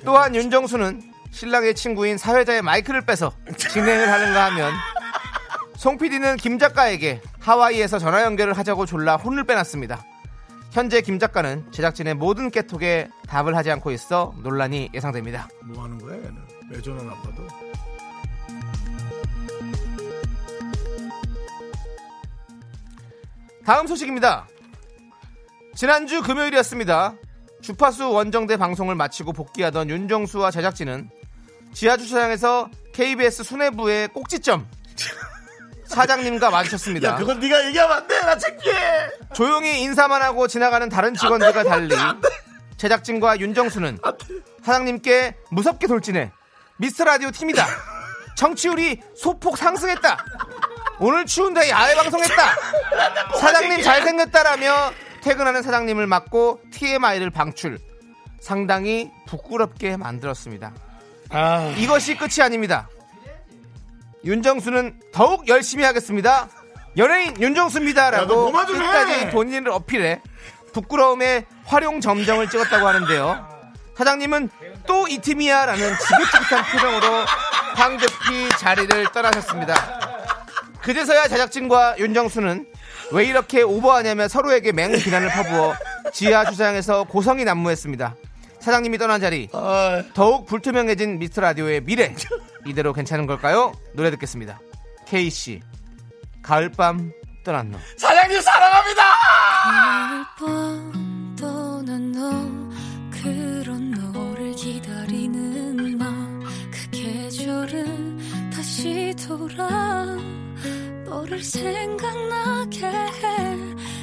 Speaker 2: 또한 윤정수는 신랑의 친구인 사회자의 마이크를 빼서 진행을 하는가 하면 송 PD는 김 작가에게 하와이에서 전화 연결을 하자고 졸라 혼을 빼놨습니다. 현재 김 작가는 제작진의 모든 깨톡에 답을 하지 않고 있어 논란이 예상됩니다.
Speaker 1: 뭐 하는 거야 얘는 왜 전화를 안 받아
Speaker 2: 다음 소식입니다. 지난주 금요일이었습니다. 주파수 원정대 방송을 마치고 복귀하던 윤정수와 제작진은 지하주차장에서 KBS 수뇌부의 꼭지점 사장님과 마주쳤습니다.
Speaker 1: 야 그건 네가 얘기하면 안 돼 나 창피해
Speaker 2: 조용히 인사만 하고 지나가는 다른 직원들과 달리 제작진과 윤정수는 사장님께 무섭게 돌진해 미스 라디오 팀이다. 정치율이 소폭 상승했다. 오늘 추운데 야외 방송했다. 사장님 잘생겼다라며 퇴근하는 사장님을 막고 TMI를 방출. 상당히 부끄럽게 만들었습니다. 이것이 끝이 아닙니다. 윤정수는 더욱 열심히 하겠습니다. 연예인
Speaker 1: 야, 너
Speaker 2: 윤정수입니다라고
Speaker 1: 뭐만 좀 해.
Speaker 2: 끝까지 본인을 어필해 부끄러움에 활용 점정을 찍었다고 하는데요. 사장님은 또 이 팀이야라는 지긋지긋한 표정으로 황급히 자리를 떠나셨습니다. 그제서야 제작진과 윤정수는 왜 이렇게 오버하냐며 서로에게 맹비난을 퍼부어 지하 주장에서 고성이 난무했습니다. 사장님이 떠난 자리 더욱 불투명해진 미스터 라디오의 미래 이대로 괜찮은 걸까요? 노래 듣겠습니다. K 씨 가을밤 떠난 너.
Speaker 1: 사장님 사랑합니다
Speaker 5: 밤 떠난 너 그런 너를 기다리는 나 그 계절은 다시 돌아 너를 생각나게 해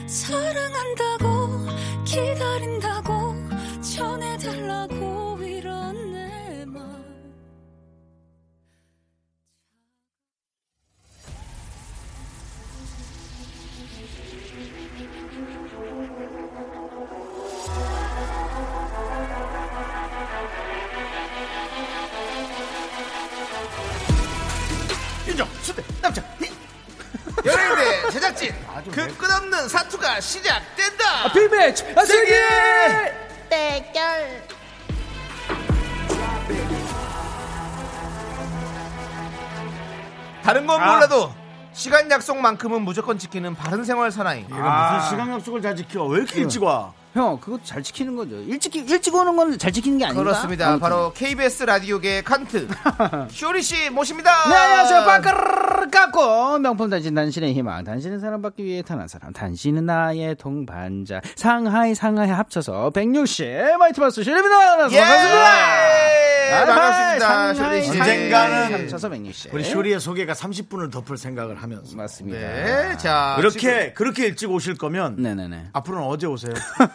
Speaker 5: 사랑한다고 기다린다고 전해달라고 이런 내맘
Speaker 2: 윤정수 대 남자 연예인대 제작진 그 끝없는 사투가 시작된다.
Speaker 6: 아, 빌매치 세계
Speaker 2: 다른 건 몰라도 시간 약속만큼은 무조건 지키는 바른 생활 사나이.
Speaker 1: 얘가 무슨 시간 약속을 잘 지켜 왜 이렇게 일찍 와
Speaker 7: 형 그거 잘 지키는 거죠. 일찍 일찍 오는 건 잘 지키는 게 아닌가?
Speaker 2: 그렇습니다.
Speaker 7: 아무튼.
Speaker 2: 바로 KBS 라디오계 칸트 쇼리 씨 모십니다.
Speaker 7: 네 안녕하세요. 빠까르르 깎고 명품 단신 단신의 희망 단신은 사랑받기 위해 태어난 사람 단신은 나의 동반자 상하이 상하이 합쳐서 160 마이트마스 쉐리입니다.
Speaker 2: 예!
Speaker 7: 반갑습니다.
Speaker 2: 반갑습니다.
Speaker 7: 상하이,
Speaker 2: 쇼리 씨.
Speaker 7: 상하이
Speaker 1: 언젠가는
Speaker 7: 합쳐서 160.
Speaker 1: 우리 쇼리의 소개가 30분을 덮을 생각을 하면서
Speaker 7: 맞습니다.
Speaker 2: 네, 자
Speaker 1: 이렇게
Speaker 2: 지금-
Speaker 1: 그렇게 일찍 오실 거면
Speaker 7: 네네네.
Speaker 1: 앞으로는 어제 오세요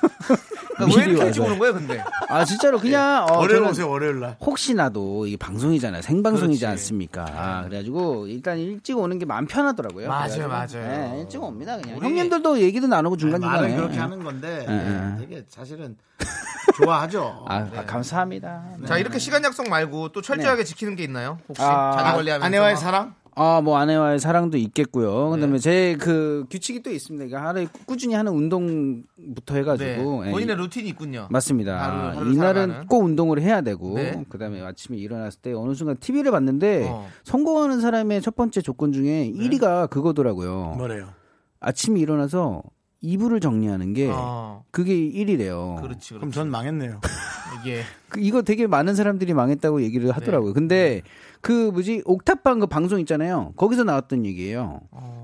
Speaker 2: 그러니까 왜
Speaker 7: 미리
Speaker 2: 이렇게 일찍
Speaker 7: 와서.
Speaker 2: 오는 거예요, 근데?
Speaker 7: 아 진짜로 그냥
Speaker 2: 예.
Speaker 7: 어,
Speaker 1: 월요일
Speaker 7: 저는
Speaker 1: 오세요 월요일 날
Speaker 7: 혹시나도 이게 방송이잖아요. 생방송이지 않습니까? 아, 그래가지고 일단 일찍 오는 게 마음 편하더라고요.
Speaker 2: 네. 맞아요,
Speaker 7: 그래가지고.
Speaker 2: 맞아요.
Speaker 7: 네, 일찍 옵니다 그냥.
Speaker 2: 우리- 네,
Speaker 7: 형님들도 얘기도 나누고 중간 중간에.
Speaker 1: 아,
Speaker 7: 네.
Speaker 1: 말은 그렇게 하는 건데
Speaker 7: 예.
Speaker 1: 예, 되게 사실은 좋아하죠 네.
Speaker 7: 아,
Speaker 2: 네.
Speaker 7: 아, 감사합니다.
Speaker 2: 자 이렇게 시간 약속 말고 또 철저하게 지키는 게 있나요? 혹시
Speaker 7: 아,
Speaker 2: 자기 관리하면서
Speaker 1: 아내와의
Speaker 2: 막?
Speaker 1: 사랑
Speaker 7: 아, 뭐 아내와의 사랑도 있겠고요.
Speaker 2: 네.
Speaker 7: 그다음에 제 그 규칙이 또 있습니다. 이게 하루에 꾸준히 하는 운동부터
Speaker 2: 네.
Speaker 7: 해가지고 예,
Speaker 2: 본인의
Speaker 7: 이-
Speaker 2: 루틴이 있군요.
Speaker 7: 맞습니다.
Speaker 2: 하루- 하루를
Speaker 7: 이날은
Speaker 2: 살아가는.
Speaker 7: 꼭 운동을 해야 되고
Speaker 2: 네.
Speaker 7: 그다음에 아침에 일어났을 때 어느 순간 TV를 봤는데
Speaker 2: 어. 네.
Speaker 7: 성공하는 사람의 첫 번째 조건 중에 1위가 그거더라고요.
Speaker 1: 뭐래요
Speaker 7: 아침에 일어나서 이불을 정리하는 게
Speaker 2: 어,
Speaker 7: 그게 1위래요.
Speaker 2: 아,
Speaker 7: 그
Speaker 2: 그렇지,
Speaker 1: 그럼
Speaker 2: 그렇지. 예.
Speaker 1: 전 망했네요
Speaker 2: 이게
Speaker 7: 이거 되게 많은 사람들이 망했다고
Speaker 2: 네.
Speaker 7: 얘기를 하더라고요. 근데 그 뭐지 옥탑방 그 방송 있잖아요. 거기서 나왔던 얘기예요.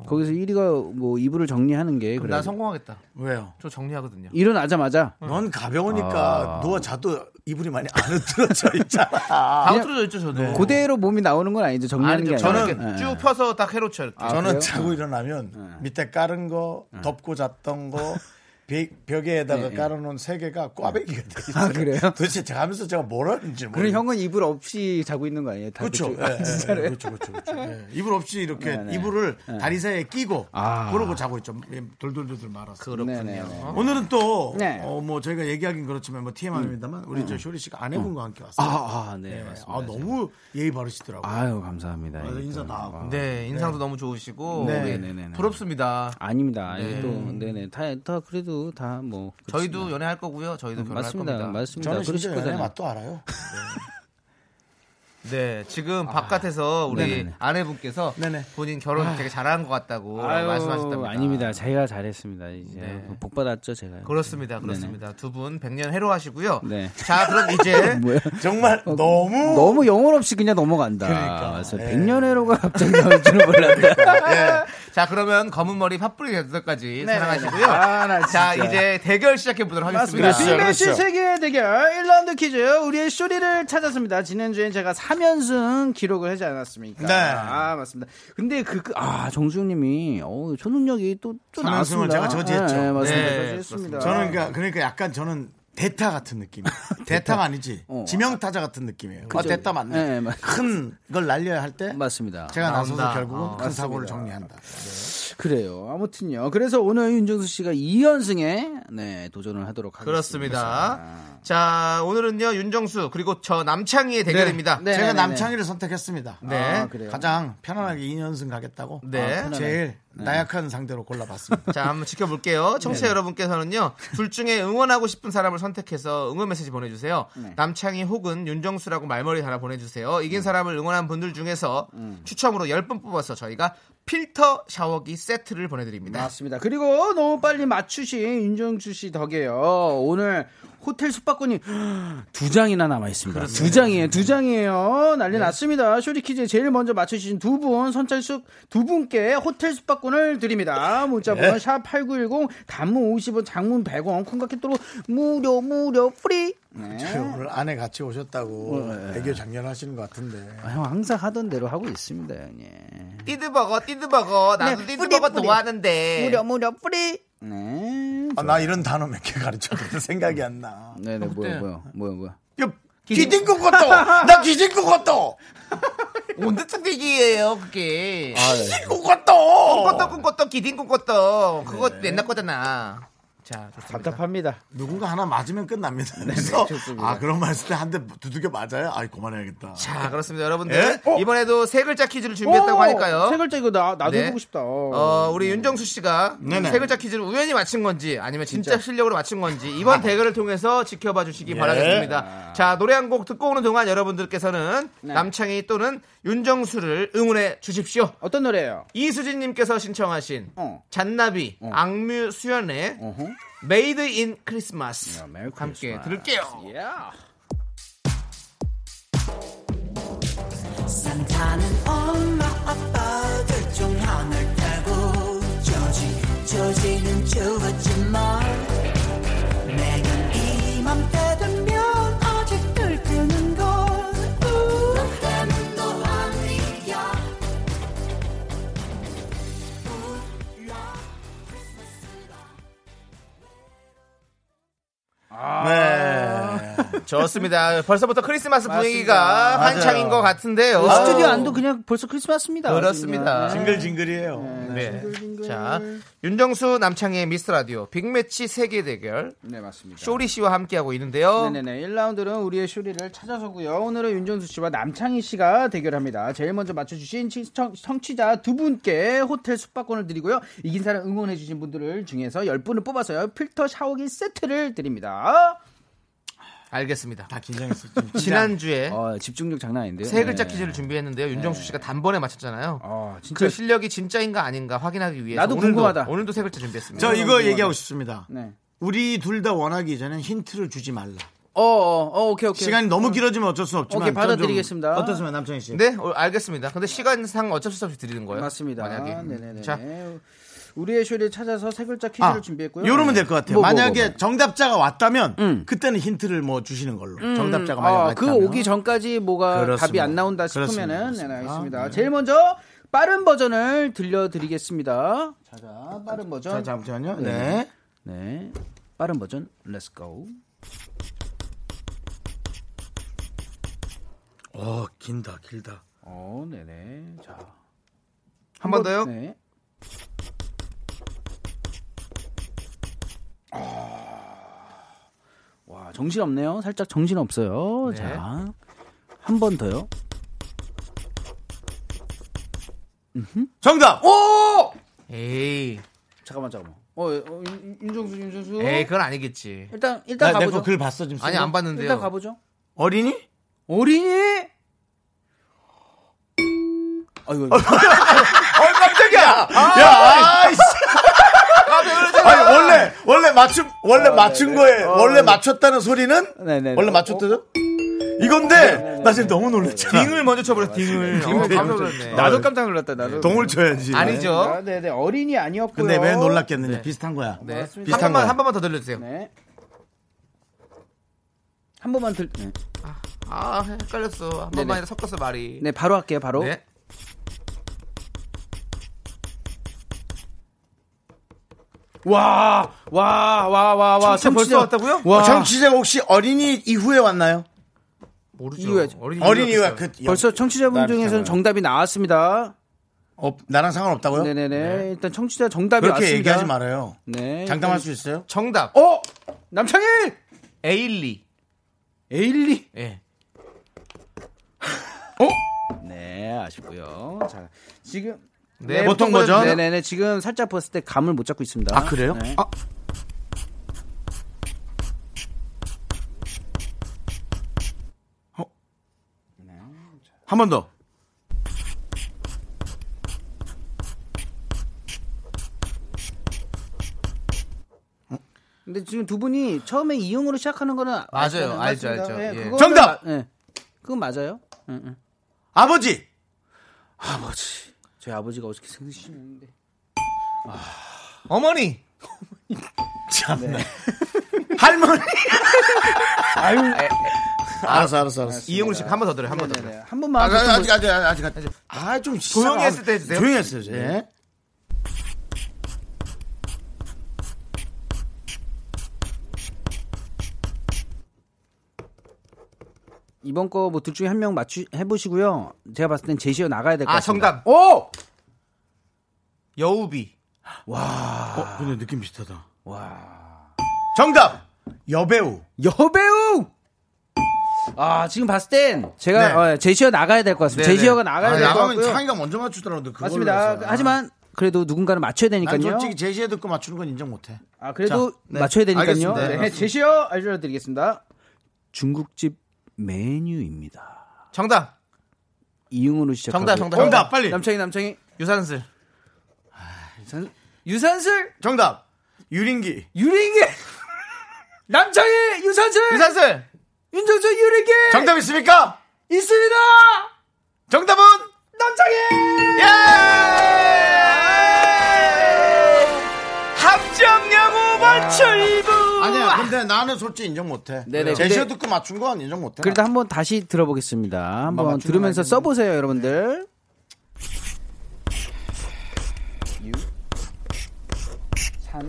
Speaker 7: 거기서 1위가 뭐 이불을 정리하는 게
Speaker 2: 어. 그럼
Speaker 7: 그래.
Speaker 2: 난 성공하겠다.
Speaker 1: 왜요
Speaker 2: 저 정리하거든요.
Speaker 7: 일어나자마자
Speaker 1: 넌
Speaker 7: 아.
Speaker 1: 가벼우니까 누워 자도 이불이 많이 안 흐트러져 있잖아.
Speaker 2: 다 흐트러져 있죠, 저도.
Speaker 7: 그대로 몸이 나오는 건 아니죠. 정리하는
Speaker 2: 네. 아니죠.
Speaker 7: 네. 게 아니라. 예.
Speaker 2: 저는 이렇게 쭉 펴서 딱 해놓죠, 이렇게.
Speaker 7: 아,
Speaker 1: 저는
Speaker 7: 그래요? 네.
Speaker 1: 자고 일어나면 밑에 깔은 거, 덮고 잤던 거, 비- 벽에다가 깔아놓은 세 개가 꽈배기가 돼 있어요.
Speaker 7: 네, 아, 그래요?
Speaker 1: 도대체 제가 하면서 제가 뭘 하는지
Speaker 7: 그럼
Speaker 1: 모르겠어요.
Speaker 7: 형은 이불 없이 자고 있는 거 아니에요? 다
Speaker 1: 그렇죠.
Speaker 7: 그쪽?
Speaker 1: 예,
Speaker 2: 네.
Speaker 1: 예, 예. 그렇죠, 그렇죠, 그렇죠. 예. 이불 없이 이렇게
Speaker 7: 네, 네.
Speaker 1: 이불을 다리 사이에 끼고
Speaker 7: 아.
Speaker 1: 그러고 자고 있죠. 예, 돌돌돌돌 말아서.
Speaker 7: 네네네.
Speaker 1: 오늘은 또,
Speaker 7: 네.
Speaker 1: 어, 뭐, 저희가 얘기하긴 그렇지만, 뭐, TMI입니다만, 우리 저 쇼리 씨가 음. 아내분과 함께 왔어요.
Speaker 7: 아, 아, 네.
Speaker 1: 예.
Speaker 7: 맞습니다.
Speaker 1: 아, 너무 예의 바르시더라고요.
Speaker 7: 아유, 감사합니다.
Speaker 1: 그래서 인사 다 하고.
Speaker 2: 네, 인상도 너무 좋으시고.
Speaker 1: 네.
Speaker 2: 우리
Speaker 7: 네네네.
Speaker 2: 부럽습니다.
Speaker 7: 아닙니다. 아니, 또 네네 다, 다 그래도 다 뭐
Speaker 2: 저희도 연애할 거고요. 저희도 결혼할
Speaker 7: 음, 맞습니다.
Speaker 2: 겁니다.
Speaker 7: 맞습니다.
Speaker 1: 저는
Speaker 7: 그러실
Speaker 1: 심지어 연애
Speaker 7: 거잖아요.
Speaker 1: 맛도 알아요.
Speaker 2: 네, 지금 바깥에서 우리
Speaker 7: 아, 네네네.
Speaker 2: 아내분께서
Speaker 1: 네네.
Speaker 2: 본인 결혼 되게 잘한 것 같다고
Speaker 7: 아유,
Speaker 2: 말씀하셨답니다.
Speaker 7: 아닙니다. 제가 잘했습니다. 이제 그
Speaker 2: 네.
Speaker 7: 복 받았죠, 제가.
Speaker 2: 그렇습니다, 그렇습니다. 두 분 백년 해로하시고요.
Speaker 7: 네.
Speaker 2: 자, 그럼 이제
Speaker 7: 뭐야? 어,
Speaker 1: 정말 너무
Speaker 7: 너무 영혼 없이 그냥 넘어간다. 그래서 백년해로가 갑자기 나올 줄은 몰랐다.
Speaker 2: 예. 자, 그러면 검은 머리 팥뿌리
Speaker 1: 네.
Speaker 2: 대전까지 네, 사랑하시고요.
Speaker 1: 아, 나
Speaker 2: 자,
Speaker 1: 진짜.
Speaker 2: 이제 대결 시작해 보도록 하겠습니다.
Speaker 7: 맞습니다. 빅매치 세계 대결 1라운드 퀴즈 우리의 쇼리를 찾았습니다. 지난주엔 제가 3연승 기록을 하지 않았습니까?
Speaker 1: 네.
Speaker 7: 아, 맞습니다. 근데 그, 그- 아, 정수영 님이, 어 초능력이 또, 또
Speaker 1: 3연승을
Speaker 7: 나왔습니다.
Speaker 1: 제가 저지했죠.
Speaker 7: 네, 네, 맞습니다.
Speaker 2: 네,
Speaker 7: 저지했습니다.
Speaker 1: 저는 그러니까, 그러니까 약간 저는 대타 같은 느낌. 대타가 아니지.
Speaker 7: 어.
Speaker 1: 지명타자 같은 느낌이에요. 아, 대타 맞네.
Speaker 7: 네, 맞-
Speaker 1: 큰 걸 날려야 할 때
Speaker 7: 맞습니다.
Speaker 1: 제가 나서서
Speaker 2: 나온다.
Speaker 1: 결국은
Speaker 2: 어,
Speaker 1: 큰 사고를 정리한다.
Speaker 7: 그래요. 아무튼요. 그래서 오늘 윤정수 씨가 2연승에 네, 도전을 하도록 하겠습니다.
Speaker 2: 그렇습니다. 자, 오늘은요, 윤정수, 그리고 저 남창희의 대결입니다.
Speaker 7: 네,
Speaker 1: 제가
Speaker 7: 네, 네.
Speaker 1: 남창희를 선택했습니다.
Speaker 2: 네.
Speaker 7: 아, 그래요.
Speaker 1: 가장 편안하게 2연승 가겠다고
Speaker 2: 네. 아,
Speaker 1: 제일 나약한 상대로 골라봤습니다.
Speaker 2: 자, 한번 지켜볼게요.
Speaker 7: 네.
Speaker 2: 청취자 여러분께서는요, 둘 중에 응원하고 싶은 사람을 선택해서 응원 메시지 보내주세요.
Speaker 7: 네.
Speaker 2: 남창희 혹은 윤정수라고 말머리 달아 보내주세요. 이긴 사람을 응원한 분들 중에서
Speaker 7: 음.
Speaker 2: 추첨으로 10분 뽑아서 저희가 필터 샤워기 세트를 보내드립니다.
Speaker 7: 네. 맞습니다. 그리고 너무 빨리 맞추신 윤정수 씨 덕에요. 오늘 호텔 숙박권이 두 장이나 남아 있습니다. 네. 두 장이에요. 두 장이에요. 난리 났습니다. 쇼리 퀴즈에 제일 먼저 맞추신 두 분 선착순 두 분께 호텔 숙박권을 드립니다. 문자 번호 샵8910 단문 50원 장문 100원 콩깍개또로 무료 무료 프리. 네.
Speaker 1: 저희 오늘 아내 같이 오셨다고 애교 장렬하시는 것 같은데.
Speaker 7: 아, 형 항상 하던 대로 하고 있습니다, 형님.
Speaker 2: 띠드버거, 띠드버거, 나도
Speaker 7: 네,
Speaker 2: 띠드버거
Speaker 7: 뿌리, 뿌리.
Speaker 2: 좋아하는데.
Speaker 7: 무료 프리. 네.
Speaker 1: 아, 나 이런 단어 몇 개 가르쳤는데 생각이 안 나.
Speaker 2: 어,
Speaker 7: 네네 뭐야 뭐야 뭐야 뭐야.
Speaker 1: 야, 귀진 것 같다! 나 귀진 것 같다!
Speaker 2: 온드 특기예요
Speaker 7: 아,
Speaker 2: 그게.
Speaker 1: 귀진 것 같다!
Speaker 2: 꿈꿨다,
Speaker 1: 어,
Speaker 2: 꿈꿨다, 어. 기딘 꿈꿨다. 그거 옛날 거잖아. 자, 좋습니다.
Speaker 7: 네. 답답합니다.
Speaker 1: 누군가 하나 맞으면 끝납니다. 그래서 아 그런 말 했을 때 한 대 두들겨 맞아요. 아 그만해야겠다.
Speaker 2: 자, 그렇습니다, 여러분들.
Speaker 1: 예? 어?
Speaker 2: 이번에도 세 글자 퀴즈를 준비했다고 하니까요.
Speaker 7: 세 글자 이거 나 나도
Speaker 2: 네.
Speaker 7: 해보고 싶다.
Speaker 2: 어, 우리 윤정수 씨가
Speaker 1: 네네.
Speaker 2: 세 글자 퀴즈를 우연히 맞힌 건지 아니면 진짜, 실력으로 맞힌 건지
Speaker 7: 아.
Speaker 2: 이번 대결을 통해서 지켜봐 주시기
Speaker 7: 예.
Speaker 2: 바라겠습니다. 자, 노래 한 곡 듣고 오는 동안 여러분들께서는
Speaker 7: 네.
Speaker 2: 남창희 또는 윤정수를 응원해 주십시오.
Speaker 7: 어떤 노래예요?
Speaker 2: 이수진 님께서 신청하신
Speaker 7: 어.
Speaker 2: 잔나비 악뮤 수연의 메이드 인 크리스마스
Speaker 7: 야, 메리
Speaker 2: 함께
Speaker 7: 크리스마스.
Speaker 2: 들을게요.
Speaker 4: 산타는 엄마 아빠 둘 중 하나를 타고 조지 조지는 죽었지만 내가 이맘때 되면 아직 들뜨는 건 우.
Speaker 5: 때문도 아니야 몰라
Speaker 1: 네.
Speaker 2: 좋습니다. 벌써부터 크리스마스 분위기가 한창인 것 같은데요.
Speaker 7: 스튜디오 안도 아, 그냥 벌써 크리스마스입니다.
Speaker 2: 그렇습니다.
Speaker 1: 징글징글이에요.
Speaker 2: 네. 자, 윤정수 남창희의 미스터 라디오 빅매치 세계 대결
Speaker 7: 네 맞습니다.
Speaker 2: 쇼리 씨와 함께하고 있는데요.
Speaker 7: 네네네. 1라운드는 우리의 쇼리를 찾아서고요. 오늘은 윤정수 씨와 남창희 씨가 대결합니다. 제일 먼저 맞춰주신 시청- 청취자 두 분께 호텔 숙박권을 드리고요. 이긴 사람 응원해주신 분들을 중에서 10분을 뽑아서요. 필터 샤워기 세트를 드립니다.
Speaker 2: 알겠습니다.
Speaker 1: 다 긴장했어. 지금
Speaker 2: 지난주에
Speaker 7: 어, 집중력 장난 아닌데요?
Speaker 2: 세 글자
Speaker 7: 네.
Speaker 2: 퀴즈를 준비했는데요. 윤정수 씨가 단번에 맞췄잖아요.
Speaker 7: 아, 진짜
Speaker 2: 그 실력이 진짜인가 아닌가 확인하기 위해서
Speaker 7: 나도
Speaker 2: 오늘도,
Speaker 7: 궁금하다.
Speaker 2: 오늘도 세 글자 준비했습니다.
Speaker 1: 저 이거 얘기하고 싶습니다.
Speaker 7: 네.
Speaker 1: 우리 둘 다 원하기 전엔 힌트를 주지 말라.
Speaker 7: 어, 어, 어, 오케이, 오케이.
Speaker 1: 시간이 너무 길어지면 어쩔 수 없지만
Speaker 7: 오케이,
Speaker 1: 저는 좀
Speaker 7: 받아들이겠습니다.
Speaker 1: 어떻습니까 남창희 씨?
Speaker 2: 네, 어, 알겠습니다. 근데 시간상 어쩔 수 없이 드리는 거예요.
Speaker 7: 맞습니다.
Speaker 2: 만약에
Speaker 7: 네네네.
Speaker 2: 자,
Speaker 7: 우리의 쇼를 찾아서 세 글자 퀴즈를
Speaker 1: 아,
Speaker 7: 준비했고요.
Speaker 1: 요러면 될 것 같아요.
Speaker 7: 뭐, 뭐,
Speaker 1: 만약에
Speaker 7: 뭐, 뭐.
Speaker 1: 정답자가 왔다면 그때는 힌트를 뭐 주시는 걸로. 정답자가 만약
Speaker 7: 아,
Speaker 1: 왔다면
Speaker 7: 그 오기 전까지 뭐가
Speaker 1: 그렇습니다.
Speaker 7: 답이 안 나온다
Speaker 1: 그렇습니다.
Speaker 7: 싶으면은 네,
Speaker 1: 그렇습니다.
Speaker 7: 알겠습니다.
Speaker 1: 네.
Speaker 7: 제일 먼저 빠른 버전을 들려드리겠습니다. 자, 자, 빠른 버전.
Speaker 1: 자, 잠시만요. 네.
Speaker 7: 네, 빠른 버전. Let's go.
Speaker 1: 어 긴다 길다.
Speaker 7: 어, 네네. 자,
Speaker 2: 한 번 더요.
Speaker 7: 네. 아, 와, 정신 없네요. 살짝 정신 없어요.
Speaker 2: 네.
Speaker 7: 자, 한 번 더요.
Speaker 1: 정답. 오!
Speaker 2: 에이,
Speaker 7: 잠깐만, 잠깐만. 어, 어, 윤- 윤정수, 윤정수.
Speaker 2: 에이, 그건 아니겠지.
Speaker 7: 일단 일단
Speaker 1: 나내거
Speaker 7: 네, 가보죠.
Speaker 1: 글 봤어 지금.
Speaker 2: 아니 안 봤는데요.
Speaker 7: 일단 가보죠.
Speaker 1: 어린이?
Speaker 7: 어린이 아이고.
Speaker 2: 어, 깜짝이야!
Speaker 1: 야, 아이씨.
Speaker 2: 아,
Speaker 1: 아니, 원래, 원래 맞춤, 원래
Speaker 2: 어, 네,
Speaker 1: 맞춘 거에, 원래 맞췄다는 소리는?
Speaker 7: 네네네. 어? 네,
Speaker 1: 원래 맞췄다죠? 이건데, 나 지금 너무 놀랐잖아.
Speaker 8: 딩을 먼저 쳐버려 딩을.
Speaker 2: 어,
Speaker 8: 어,
Speaker 2: 깜짝
Speaker 1: 아,
Speaker 2: 놀랐네.
Speaker 8: 나도
Speaker 7: 깜짝 놀랐다. 나도.
Speaker 1: 동을 쳐야지.
Speaker 2: 아니죠.
Speaker 7: 아, 네네. 어린이 아니었고요.
Speaker 1: 근데 왜 놀랐겠느냐. 비슷한 거야.
Speaker 2: 네.
Speaker 1: 비슷한
Speaker 2: 한 번만
Speaker 1: 거야.
Speaker 2: 한 번만 더 들려주세요.
Speaker 7: 네. 한 번만 들. 네.
Speaker 2: 아 헷갈렸어. 한 번만 섞었어 말이.
Speaker 7: 네, 바로 할게요. 바로.
Speaker 2: 네.
Speaker 7: 와, 와, 와, 와, 와.
Speaker 2: 청취자 벌써 왔다고요?
Speaker 7: 와,
Speaker 1: 어, 정치자가 혹시 어린이 이후에 왔나요?
Speaker 2: 모르죠.
Speaker 7: 이유야죠.
Speaker 2: 어린이
Speaker 1: 어린이
Speaker 2: 이유였겠어요.
Speaker 1: 이후에. 그,
Speaker 7: 벌써 청취자분
Speaker 1: 난
Speaker 7: 중에서는
Speaker 1: 상관없-
Speaker 7: 정답이 나왔습니다.
Speaker 1: 어, 나랑 상관없다고요?
Speaker 7: 네네네. 일단 청취자 정답이
Speaker 1: 그렇게
Speaker 7: 왔습니다.
Speaker 1: 얘기하지 말아요.
Speaker 7: 네.
Speaker 1: 장담할 수 있어요?
Speaker 2: 정답.
Speaker 7: 어, 남창일.
Speaker 2: 에일리.
Speaker 7: 에일리. 어?
Speaker 2: 예.
Speaker 7: 네, 아쉽고요. 자, 지금
Speaker 2: 네,
Speaker 1: 보통
Speaker 2: 버전.
Speaker 1: 버전?
Speaker 7: 네네네. 지금 살짝 봤을 때 감을 못 잡고 있습니다.
Speaker 1: 아, 그래요?
Speaker 7: 네.
Speaker 1: 아. 어?
Speaker 8: 한 번 더.
Speaker 7: 근데 지금 두 분이 처음에 이응으로 시작하는 거는 아시는
Speaker 2: 맞아요.
Speaker 7: 것
Speaker 2: 알죠,
Speaker 7: 같습니다.
Speaker 2: 알죠.
Speaker 7: 예,
Speaker 2: 예.
Speaker 7: 그거는
Speaker 1: 정답!
Speaker 7: 마- 예. 그건 맞아요. 응, 응.
Speaker 1: 아버지!
Speaker 7: 아버지. 저희 아버지가 어저께 생신이었는데.
Speaker 2: 어머니.
Speaker 7: 네.
Speaker 1: 참나. 할머니!
Speaker 7: 아유.
Speaker 1: 알았어, 알았어, 알았어.
Speaker 2: 이영훈 씨 한 번 더 들어요. 한 번 더. 들어요.
Speaker 7: 한
Speaker 1: 아,
Speaker 7: 번만.
Speaker 1: 아직,
Speaker 7: 한 번-
Speaker 1: 아직, 아직, 아직, 아직. 아, 좀.
Speaker 2: 조용히
Speaker 1: 시작-
Speaker 2: 했을 때 해주세요.
Speaker 1: 조용히 했어요, 이제.
Speaker 7: 네. 이번 거 뭐 둘 중에 한 명 맞추 해보시고요. 제가 봤을 땐 제시어 나가야 될 것
Speaker 2: 아
Speaker 7: 같습니다.
Speaker 2: 정답. 오. 여우비.
Speaker 1: 어, 근데 느낌 비슷하다. 와. 정답! 여배우.
Speaker 7: 여배우. 아 지금 봤을 땐 제가
Speaker 1: 네.
Speaker 7: 어, 제시어 나가야 될 것 같습니다.
Speaker 2: 네네.
Speaker 7: 제시어가 나가야
Speaker 1: 아,
Speaker 7: 될 것
Speaker 1: 나가면
Speaker 7: 같고요.
Speaker 1: 창이가 먼저 맞추더라도 그걸로
Speaker 7: 맞습니다. 아,
Speaker 1: 해서.
Speaker 7: 하지만 그래도 누군가는 맞춰야
Speaker 1: 난
Speaker 7: 되니까요.
Speaker 1: 솔직히 제시해 듣고 맞추는 건 인정 못해.
Speaker 7: 아 그래도
Speaker 1: 자, 네.
Speaker 7: 맞춰야 되니까요.
Speaker 1: 알겠습니다. 네,
Speaker 7: 네, 제시어 알려드리겠습니다. 중국집 메뉴입니다.
Speaker 2: 정답.
Speaker 7: 이응으로 시작.
Speaker 2: 정답. 정답.
Speaker 8: 정답 빨리.
Speaker 7: 남창이 남창이
Speaker 2: 유산슬.
Speaker 7: 유산, 유산슬
Speaker 1: 정답. 유린기.
Speaker 7: 유리개 남창이 유산슬
Speaker 2: 유산슬.
Speaker 7: 윤정수 유리개
Speaker 1: 정답 있습니까?
Speaker 7: 있습니다.
Speaker 1: 정답은
Speaker 7: 남창이
Speaker 2: 예. 합정영우 맞출부.
Speaker 1: 아. 아니야. 근데 나는 솔직히 인정 못해.
Speaker 7: 네네.
Speaker 1: 제시어
Speaker 7: 근데-
Speaker 1: 듣고 맞춘 건 인정 못해.
Speaker 7: 그래도 한번 다시 들어보겠습니다. 한번
Speaker 1: 맞추는
Speaker 7: 들으면서
Speaker 1: 거
Speaker 7: 써보세요, 여러분들. 유, 산,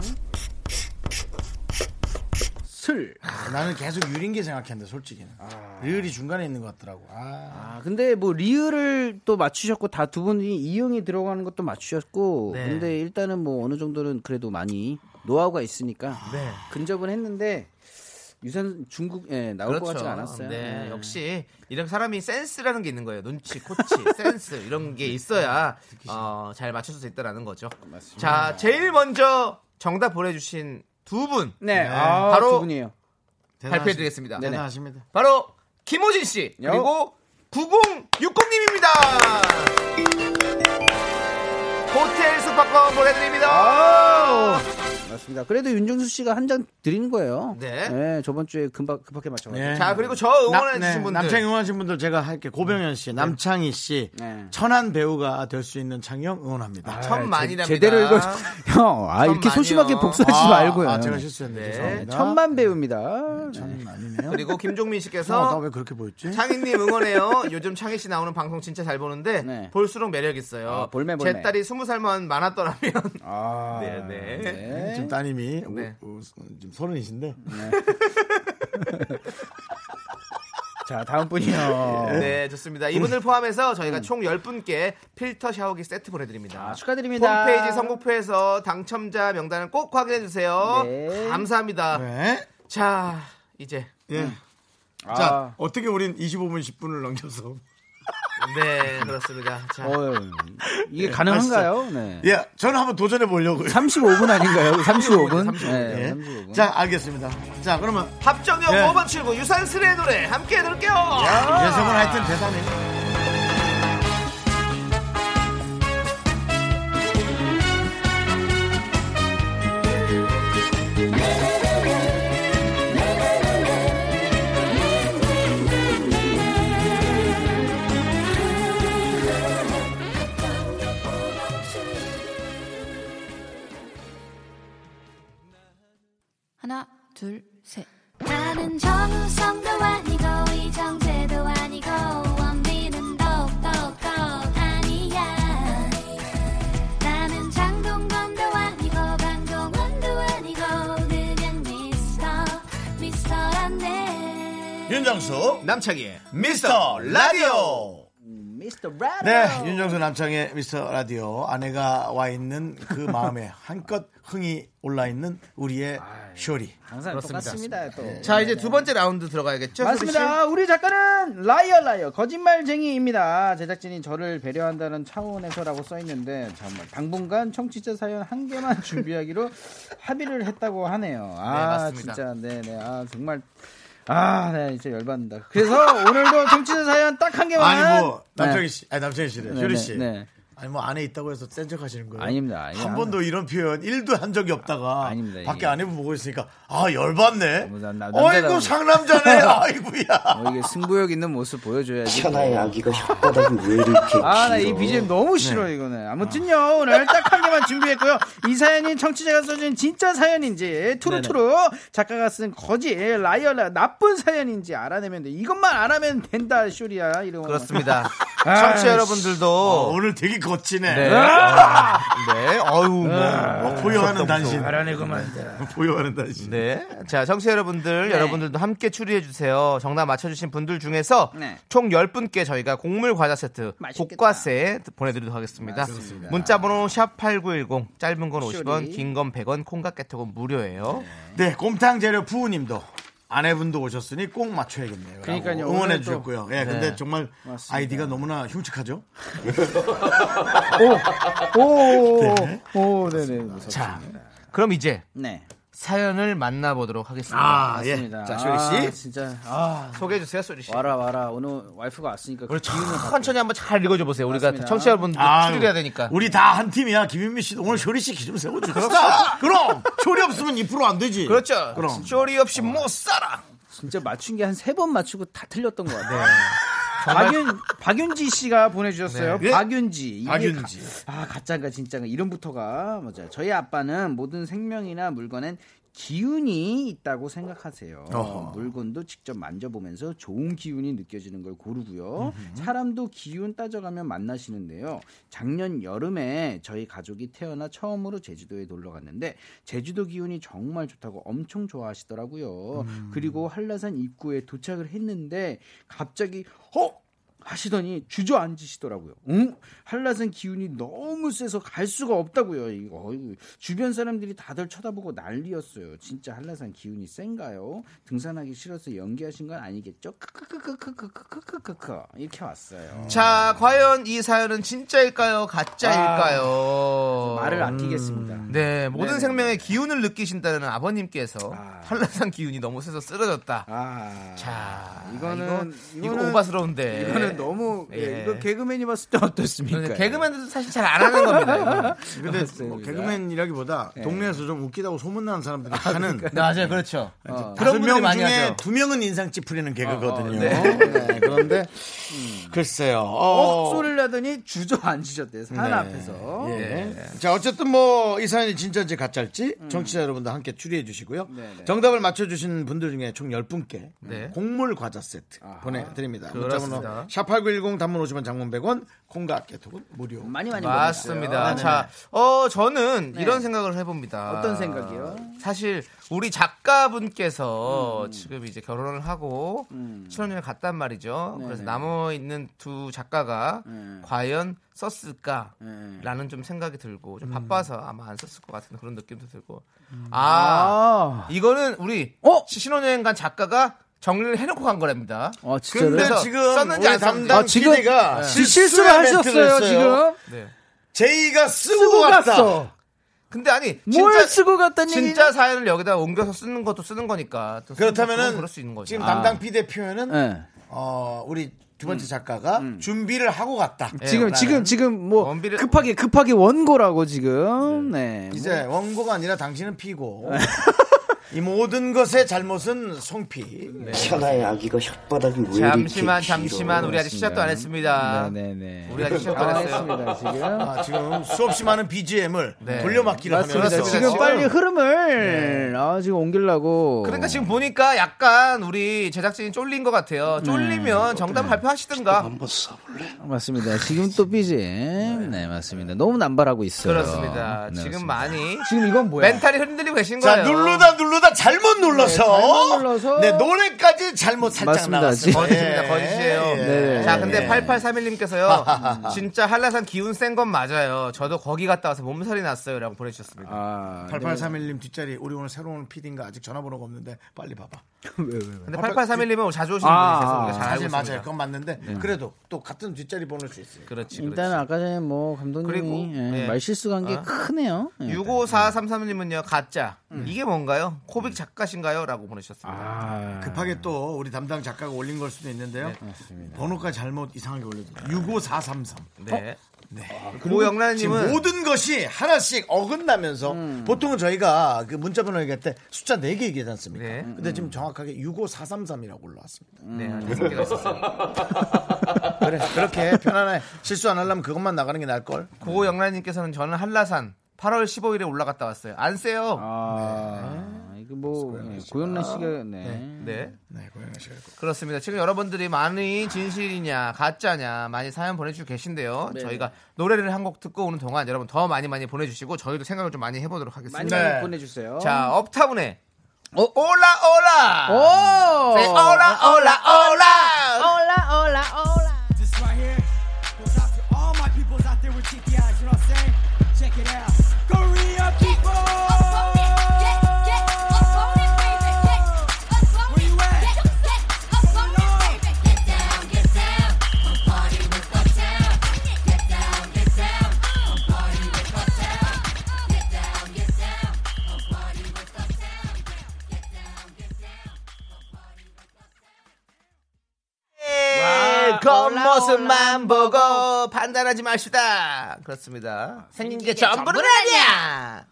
Speaker 7: 슬.
Speaker 1: 아, 나는 계속 유린기 생각했는데 솔직히는.
Speaker 2: 아.
Speaker 1: 리을이 중간에 있는 것 같더라고. 아.
Speaker 7: 아, 근데 뭐 리을을 또 맞추셨고 다 두 분이 이응이 들어가는 것도 맞추셨고
Speaker 2: 네.
Speaker 7: 근데 일단은 뭐 어느 정도는 그래도 많이 노하우가 있으니까
Speaker 2: 네.
Speaker 7: 근접은 했는데 유산 중국 예 나올 것 같지 않았어요.
Speaker 2: 네,
Speaker 7: 예.
Speaker 2: 역시 이런 사람이 센스라는 게 있는 거예요. 눈치, 코치, 센스 이런 게 있어야 어, 잘 맞출 수 있다라는 거죠. 자, 제일 먼저 정답 보내주신 두 분
Speaker 7: 네, 아,
Speaker 2: 바로
Speaker 7: 두 분이에요.
Speaker 2: 발표해드리겠습니다.
Speaker 1: 네,
Speaker 2: 네.
Speaker 1: 대단하십니다.
Speaker 2: 바로 김호진 씨 그리고 9060님입니다. 호텔 숙박권 보내드립니다.
Speaker 7: 맞습니다. 그래도 윤정수 씨가 한 장 드린 거예요.
Speaker 2: 네.
Speaker 7: 저번 주에 금방 급하게 맞춰가지고.
Speaker 1: 네.
Speaker 2: 자 그리고 저
Speaker 1: 나-
Speaker 2: 응원해
Speaker 1: 네,
Speaker 2: 주신 분들 네.
Speaker 1: 남창 응원하신 분들 제가 할게 고병현 씨, 남창희 씨,
Speaker 7: 네.
Speaker 1: 천한 배우가 될 수 있는 창영
Speaker 2: 아,
Speaker 1: 응원합니다.
Speaker 2: 천만이랍니다.
Speaker 7: 제대로 읽어. 형, 아 이렇게
Speaker 2: 천만이요.
Speaker 7: 소심하게 복수하지
Speaker 1: 아,
Speaker 7: 말고요.
Speaker 1: 아, 제가 실수했네.
Speaker 2: 네.
Speaker 1: 죄송합니다.
Speaker 7: 천만 배우입니다.
Speaker 1: 천은 아니네요. 어,
Speaker 2: 그리고 김종민
Speaker 1: 나
Speaker 2: 씨께서
Speaker 1: 왜 그렇게 보였지?
Speaker 2: 창희님 응원해요. 요즘 창희 씨 나오는 방송 진짜 잘 보는데
Speaker 7: 네.
Speaker 2: 볼수록 매력 있어요.
Speaker 7: 아, 볼매, 볼매.
Speaker 2: 제 딸이 스무 살만 많았더라면.
Speaker 7: 아,
Speaker 2: 네네.
Speaker 1: 지금 따님이 오-
Speaker 2: 네.
Speaker 1: 오- 지금 서른이신데
Speaker 7: 자, 다음 분이요.
Speaker 2: 네, 좋습니다. 이분을 포함해서
Speaker 7: 음.
Speaker 2: 저희가 총 10분께 필터 샤워기 세트 보내드립니다.
Speaker 7: 아, 축하드립니다.
Speaker 2: 홈페이지 선곡표에서 당첨자 명단을 꼭 확인해주세요.
Speaker 7: 네.
Speaker 2: 감사합니다.
Speaker 1: 네.
Speaker 2: 자, 이제.
Speaker 1: 예. 자 어떻게 우린 25분 10분을 넘겨서
Speaker 2: 네, 그렇습니다. 자,
Speaker 7: 어, 이게 가능한가요? 네.
Speaker 1: 예 저는 한번 도전해 보려고요
Speaker 7: 35분 아닌가요? 35분?
Speaker 2: 35분.
Speaker 1: 예.
Speaker 7: 네, 35분.
Speaker 1: 자 알겠습니다 자 그러면
Speaker 2: 합정형
Speaker 1: 네.
Speaker 2: 5밤7구 유산슬의 노래 함께 들을게요.
Speaker 1: 예성은 하여튼 대단해
Speaker 5: 둘, 셋. 나는 정우성도 아니고 이정재도 아니고 원빈은 더욱더 아니야 나는 장동건도 아니고 강동원도 아니고 그냥 미스터 미스터란데
Speaker 2: 윤정수 남창희의 미스터 라디오
Speaker 7: 미스터 라디오.
Speaker 1: 네, 윤정수 남창의 미스터 라디오 아내가 와 있는 그 마음에 한껏 흥이 올라 있는 우리의 쇼리.
Speaker 7: 항상 똑같습니다. 또.
Speaker 1: 예.
Speaker 2: 자 이제 두 번째 라운드 들어가야겠죠
Speaker 7: 맞습니다. 우리 작가는 라이어 라이어 거짓말쟁이입니다. 제작진이 저를 배려한다는 차원에서라고 써 있는데 정말 당분간 청취자 사연 한 개만 준비하기로 합의를 했다고 하네요. 아
Speaker 2: 맞습니다.
Speaker 7: 진짜 네네 아 정말 아 네, 진짜 열받는다. 그래서 오늘도 청취자 사연 딱 한 개만
Speaker 1: 아니 뭐 남창희
Speaker 7: 네.
Speaker 1: 씨, 아니 남창희 씨래,
Speaker 7: 네,
Speaker 1: 쇼리
Speaker 7: 네,
Speaker 1: 씨.
Speaker 7: 네.
Speaker 1: 아니 뭐 안에 있다고 해서 센 척하시는 거예요?
Speaker 7: 아닙니다. 아니,
Speaker 1: 한
Speaker 7: 안
Speaker 1: 번도 이런 표현 1도 한 적이 없다가
Speaker 7: 아, 아닙니다.
Speaker 1: 밖에
Speaker 7: 예.
Speaker 1: 아내분 보고 있으니까 아 열받네.
Speaker 7: 뭐, 난- 난 남자다
Speaker 1: 어이구
Speaker 7: 보니.
Speaker 1: 상남자네. 아이구야.
Speaker 7: 어, 이게 승부욕 있는 모습 보여줘야지. 뭐.
Speaker 9: 천하의 아기가 혓바닥이 왜 이렇게 네.
Speaker 7: 아 나 이 BGM 너무 싫어 이거는 아무튼요 오늘 딱 한 개만 준비했고요 이 사연이 청취자가 써준 진짜 사연인지 투루투루 작가가 쓴 거지 라이어 라 나쁜 사연인지 알아내면 돼 이것만 알아면 된다 쇼리야 이런 거.
Speaker 2: 그렇습니다 청취자
Speaker 1: 어,
Speaker 2: 여러분들도
Speaker 1: 오늘 되게 거치네.
Speaker 2: 네, 아, 네. 어유 뭐.
Speaker 1: 어, 포효하는 단신.
Speaker 7: 알아내고만 돼.
Speaker 1: 포효하는 단신.
Speaker 2: 네. 자, 청취 자 여러분들,
Speaker 7: 네.
Speaker 2: 여러분들도 함께 추리해 주세요. 정답 맞춰 주신 분들 중에서
Speaker 7: 네.
Speaker 2: 총 10분께 저희가 곡물 과자 세트,
Speaker 7: 맛있겠다.
Speaker 2: 곡과세 보내 드리도록 하겠습니다. 문자 번호 샵8910 짧은 건 50원,
Speaker 7: 쇼리.
Speaker 2: 긴 건 100원, 콩과 깨톡은 무료예요.
Speaker 1: 네, 곰탕 재료 부우님도 아내분도 오셨으니 꼭 맞춰야겠네요.
Speaker 7: 그러니까요,
Speaker 1: 응원해
Speaker 7: 오늘도- 네.
Speaker 1: 주셨고요. 예, 근데 정말
Speaker 7: 맞습니다.
Speaker 1: 아이디가 너무나 흉측하죠. 네.
Speaker 7: 오오오 네네
Speaker 2: 자. 그럼 이제
Speaker 7: 네
Speaker 2: 사연을 만나 보도록 하겠습니다.
Speaker 1: 아, 예.
Speaker 7: 맞습니다.
Speaker 1: 자, 쇼리 씨.
Speaker 7: 아, 진짜 아
Speaker 2: 소개해 주세요, 소리 씨.
Speaker 7: 와라 와라 오늘 와이프가 왔으니까 그 기운을 받-
Speaker 2: 천천히 한번 잘 읽어 줘 보세요. 우리가
Speaker 7: 맞습니다.
Speaker 2: 청취자 여러분들
Speaker 1: 아유,
Speaker 2: 추리해야 되니까.
Speaker 1: 우리 다 한 팀이야. 김인미 씨도 오늘 쇼리 씨 기 좀
Speaker 7: 그렇죠.
Speaker 1: 세워주자. 그럼 쇼리 없으면 2%안 되지.
Speaker 2: 그렇죠.
Speaker 1: 그럼.
Speaker 2: 쇼리 없이 못 살아.
Speaker 7: 진짜 맞춘 게 한 세 번 맞추고 다 틀렸던 것 같아요. 박윤 박윤지 씨가 보내주셨어요.
Speaker 1: 네.
Speaker 7: 예. 박윤지 이게
Speaker 1: 박윤지.
Speaker 7: 가- 아 가짜인가 진짜인가 이름부터가 맞아. 저희 아빠는 모든 생명이나 물건엔 기운이 있다고 생각하세요.
Speaker 1: 어허.
Speaker 7: 물건도 직접 만져보면서 좋은 기운이 느껴지는 걸 고르고요. 사람도 기운 따져가며 만나시는데요. 작년 여름에 저희 가족이 태어나 처음으로 제주도에 놀러 갔는데 제주도 기운이 정말 좋다고 엄청 좋아하시더라고요.
Speaker 1: 음.
Speaker 7: 그리고 한라산 입구에 도착을 했는데 갑자기 어? 하시더니 주저앉으시더라고요. 응? 한라산 기운이 너무 세서 갈 수가 없다고요. 이거 어이구. 주변 사람들이 다들 쳐다보고 난리였어요. 진짜 한라산 기운이 센가요? 등산하기 싫어서 연기하신 건 아니겠죠? 크크크크크크크크크크 이렇게 왔어요.
Speaker 2: 자, 과연 이 사연은 진짜일까요? 가짜일까요?
Speaker 7: 아, 뭐 말을 아끼겠습니다.
Speaker 2: 네, 모든
Speaker 7: 네네.
Speaker 2: 생명의 기운을 느끼신다는 아버님께서
Speaker 7: 아.
Speaker 2: 한라산 기운이 너무 세서 쓰러졌다.
Speaker 7: 아
Speaker 2: 자,
Speaker 7: 이거는-
Speaker 2: 이거,
Speaker 7: 이거는-
Speaker 2: 이거 오바스러운데.
Speaker 7: 이거는 너무
Speaker 2: 예.
Speaker 7: 예, 그러니까 이거 개그맨이 봤을 때 어떻습니까?
Speaker 2: 개그맨들도 사실 잘 안 하는 겁니다. 이거는.
Speaker 1: 근데 뭐 개그맨이라기보다 동네에서 좀 웃기다고 소문나는 사람들이 하는
Speaker 2: 예. 맞아요, 그렇죠.
Speaker 1: 다섯
Speaker 2: 그런 분들
Speaker 1: 명
Speaker 2: 많이
Speaker 1: 중에
Speaker 2: 하죠. 아,
Speaker 1: 두 명은 인상 찌푸리는 개그거든요. 네, 그런데
Speaker 2: 음.
Speaker 1: 글쎄요.
Speaker 7: 어. 네. 소리를 하더니 주저앉으셨대요. 산 앞에서.
Speaker 1: 네. 예. 자 어쨌든 뭐 이 사연이 진짜인지 가짜일지
Speaker 2: 음.
Speaker 1: 정치자 여러분들 함께 추리해 주시고요.
Speaker 7: 네네.
Speaker 1: 정답을 맞춰주신 분들 중에 총 10분께
Speaker 2: 네.
Speaker 1: 곡물 과자 세트 보내드립니다. 문자번호
Speaker 2: 그렇습니다.
Speaker 1: 샵8910 단문 50원 장문 100원 콩과 개톡은 무료.
Speaker 7: 많이 많이
Speaker 2: 맞습니다.
Speaker 7: 보내주세요.
Speaker 2: 자, 어, 저는 이런 생각을 해봅니다.
Speaker 7: 네, 어떤 생각이요?
Speaker 2: 사실 우리 작가분께서
Speaker 7: 음.
Speaker 2: 지금 이제 결혼을 하고 신혼여행 갔단
Speaker 7: 네,
Speaker 2: 말이죠. 그래서 남아 있는 두 작가가
Speaker 7: 음. 예.
Speaker 2: 과연 썼을까라는 좀 생각이 들고 좀 바빠서 아마 안 썼을 것 같은 그런 느낌도 들고 아,
Speaker 7: 아.
Speaker 2: 이거는 우리
Speaker 7: 어?
Speaker 2: 시- 신혼여행 간 작가가 정리를 해놓고 간 거랍니다.
Speaker 7: 아
Speaker 1: 근데
Speaker 7: 진짜요?
Speaker 1: 지금
Speaker 2: 어, 썼는지
Speaker 1: 우리
Speaker 2: 안 썼는지.
Speaker 1: 담당
Speaker 7: 아, 지금-
Speaker 1: PD가
Speaker 7: 실수를 하셨어요 지금.
Speaker 2: 네.
Speaker 1: 제이가 쓰고,
Speaker 7: 쓰고
Speaker 1: 갔다.
Speaker 7: 갔어.
Speaker 2: 근데 아니
Speaker 7: 뭘
Speaker 2: 진짜
Speaker 7: 쓰고 갔다니?
Speaker 2: 진짜 사연을 여기다 옮겨서 쓰는 것도 쓰는 거니까 또 쓰는 것도
Speaker 1: 그렇다면은
Speaker 2: 그럴 수 있는 아. 거죠.
Speaker 1: 지금 담당 PD의 표현은
Speaker 7: 예.
Speaker 1: 어, 우리 두 번째 작가가 준비를 하고 갔다.
Speaker 7: 음. 지금 지금 지금 뭐
Speaker 2: 네. 원비를-
Speaker 7: 급하게 급하게 원고라고 지금. 네.
Speaker 1: 이제 원고가 아니라 당신은 피고 이 모든 것의 잘못은 송피.
Speaker 7: 네.
Speaker 9: 천하의 아기가 혓바닥이 왜 이렇게 길어?
Speaker 2: 잠시만 잠시만 우리 아직 시작도 안 했습니다.
Speaker 8: 네네.
Speaker 2: 아, 우리 아직 시작도 안 했어요.
Speaker 7: 당황했습니다 지금.
Speaker 1: 아, 지금 수없이 많은 BGM을 돌려막기를
Speaker 7: 맞습니다.
Speaker 1: 하면서
Speaker 7: 지금
Speaker 2: 네. 지금- 네.
Speaker 7: 빨리 흐름을 아, 지금 옮기려고.
Speaker 2: 그러니까 지금 보니까 약간 우리 제작진이 쫄린 것 같아요. 쫄리면 정답 발표하시든가.
Speaker 7: 맞습니다. 지금 또 BGM. 네, 맞습니다. 너무 남발하고 있어요.
Speaker 2: 그렇습니다.
Speaker 7: 네,
Speaker 2: 지금
Speaker 7: 맞습니다.
Speaker 2: 많이
Speaker 7: 지금 이건 뭐야?
Speaker 2: 멘탈이 흔들리고 계신
Speaker 1: 자
Speaker 2: 거예요.
Speaker 1: 누르다 누르다 잘못 눌러서
Speaker 7: 네, 잘못 눌러서.
Speaker 1: 네, 노래까지 잘못 살짝
Speaker 7: 맞습니다.
Speaker 1: 나갔습니다.
Speaker 2: 거짓입니다.
Speaker 1: 예,
Speaker 2: 거짓이에요.
Speaker 1: 예.
Speaker 7: 네.
Speaker 2: 자, 근데 8831님께서요. 진짜 한라산 기운 센 건 맞아요. 저도 거기 갔다 와서 몸살이 났어요. 라고 보내주셨습니다.
Speaker 7: 아,
Speaker 1: 8831님 뒷자리 우리 오늘 새로운 PD인가 아직 전화번호가 없는데 빨리 봐봐.
Speaker 2: 근데 8831님은 자주 오시는
Speaker 7: 아,
Speaker 2: 분이셔서
Speaker 7: 아,
Speaker 2: 우리가 잘 알고
Speaker 1: 사실
Speaker 2: 있습니다. 네.
Speaker 1: 맞아요. 그건 맞는데 그래도 또 같은 뒷자리 번호일 수 있어요.
Speaker 2: 그렇지, 그렇지.
Speaker 7: 일단 아까 전에 뭐 감독님이
Speaker 2: 그리고,
Speaker 7: 예,
Speaker 2: 예.
Speaker 7: 말실수한 게
Speaker 2: 아.
Speaker 7: 크네요. 예.
Speaker 2: 65433님은요, 가짜.
Speaker 7: 음.
Speaker 2: 이게 뭔가요? 코빅 작가신가요? 라고
Speaker 7: 아,
Speaker 2: 보내주셨습니다.
Speaker 1: 급하게 또 우리 담당 작가가 올린 걸 수도 있는데요.
Speaker 2: 네,
Speaker 1: 번호까지 잘못 이상하게 올려줬어요. 65433.
Speaker 2: 아.
Speaker 7: 어?
Speaker 2: 네.
Speaker 1: 네. 지금
Speaker 2: 고영란님은 음.
Speaker 1: 모든 것이 하나씩 어긋나면서 보통은 저희가 그 문자 번호 얘기할 때 숫자 4개 얘기하지 않습니까?
Speaker 2: 네.
Speaker 1: 근데 지금 정확하게 65433이라고 올라왔습니다.
Speaker 2: 네,
Speaker 7: 뭐-
Speaker 2: 한 다섯 개가 있었어요.
Speaker 7: 음.
Speaker 1: 그래, 그렇게 편안해. 실수 안 하려면 그것만 나가는 게 나을걸.
Speaker 2: 고영란님께서는 저는 한라산 8월 15일에 올라갔다 왔어요. 안 세요.
Speaker 7: 아, 이거 뭐 예, 고영란 씨가 네.
Speaker 2: 네.
Speaker 1: 네, 고양이 씨가
Speaker 2: 그렇습니다. 지금 여러분들이 많이 진실이냐 가짜냐 많이 사연 보내주고 계신데요.
Speaker 7: 네.
Speaker 2: 저희가 노래를 한 곡 듣고 오는 동안 여러분 더 많이 많이 보내주시고 저희도 생각을 좀 많이 해보도록
Speaker 7: 많이
Speaker 2: 하겠습니다.
Speaker 7: 많이
Speaker 1: 네.
Speaker 7: 보내주세요.
Speaker 2: 자 업타운의 어, 올라 올라
Speaker 7: 오!
Speaker 2: 네, 올라 올라 올라
Speaker 7: 올라 올라 올라.
Speaker 3: This right here goes out to all my peoples out there with cheeky eyes, you know what I'm saying? Check it out. Korea people! Where you at?
Speaker 2: 예, 겉모습만 보고 판단하지 맙시다. 그렇습니다. 생긴 게 전부는 아니야.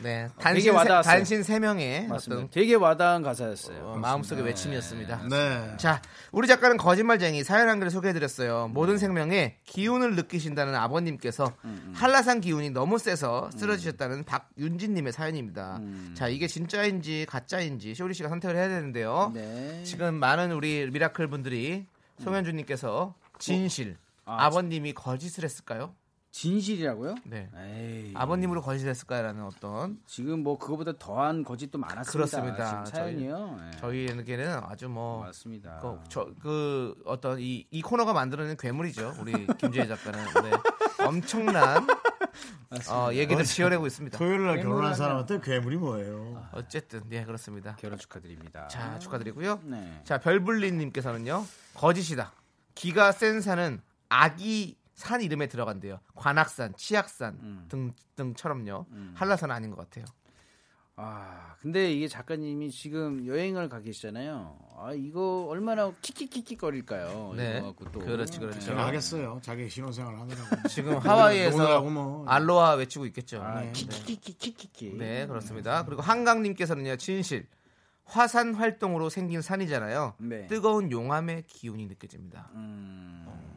Speaker 2: 네, 단신 세,
Speaker 7: 와닿았어요.
Speaker 2: 단신 세 명의 어떤
Speaker 7: 맞습니다. 되게 와닿은 가사였어요.
Speaker 2: 어, 마음속의 외침이었습니다.
Speaker 1: 네.
Speaker 2: 자, 우리 작가는 거짓말쟁이 사연 한 글을 소개해드렸어요. 모든 생명에 기운을 느끼신다는 아버님께서 한라산 기운이 너무 세서 쓰러지셨다는 박윤진님의 사연입니다. 자, 이게 진짜인지 가짜인지 쇼리 씨가 선택을 해야 되는데요.
Speaker 7: 네.
Speaker 2: 지금 많은 우리 미라클 분들이 송현주님께서 진실, 아, 버님이 거짓을 했을까요?
Speaker 7: 진실이라고요?
Speaker 2: 네.
Speaker 7: 에이,
Speaker 2: 아버님으로 거짓을 했을까요라는 어떤
Speaker 7: 지금 뭐 그거보다 더한 거짓도 많았습니다.
Speaker 2: 그렇습니다.
Speaker 7: 지금 사연이요. 예.
Speaker 2: 저희에게는 아주 뭐
Speaker 7: 맞습니다.
Speaker 2: 그, 저, 그 어떤 이, 이 코너가 만들어낸 괴물이죠. 우리 김재희 작가는 네. 엄청난 어, 얘기를 지어내고 있습니다.
Speaker 1: 토요일 날 결혼한 사람한테 괴물이 뭐예요?
Speaker 2: 어쨌든 네 그렇습니다.
Speaker 7: 결혼 축하드립니다.
Speaker 2: 자 축하드리고요.
Speaker 7: 네.
Speaker 2: 자 별불리님께서는요 거짓이다. 기가 센 산은 아기 산 이름에 들어간대요. 관악산, 치악산 등 등처럼요. 한라산 아닌 것 같아요.
Speaker 7: 아, 근데 이게 작가님이 지금 여행을 가 계시잖아요. 아, 이거 얼마나 킥킥킥킥거릴까요?
Speaker 2: 네,
Speaker 7: 이거 갖고 또.
Speaker 2: 그렇지 그렇죠.
Speaker 1: 제가 하겠어요. 자기 신혼생활 하느라고.
Speaker 2: 지금
Speaker 1: 노느라고
Speaker 2: 하와이에서
Speaker 1: 뭐.
Speaker 2: 알로하 외치고 있겠죠.
Speaker 7: 아,
Speaker 2: 네.
Speaker 7: 킥킥킥킥킥킥.
Speaker 2: 네, 그렇습니다. 그리고 한강님께서는요, 진실. 화산 활동으로 생긴 산이잖아요.
Speaker 7: 네.
Speaker 2: 뜨거운 용암의 기운이 느껴집니다. 아,
Speaker 7: 음.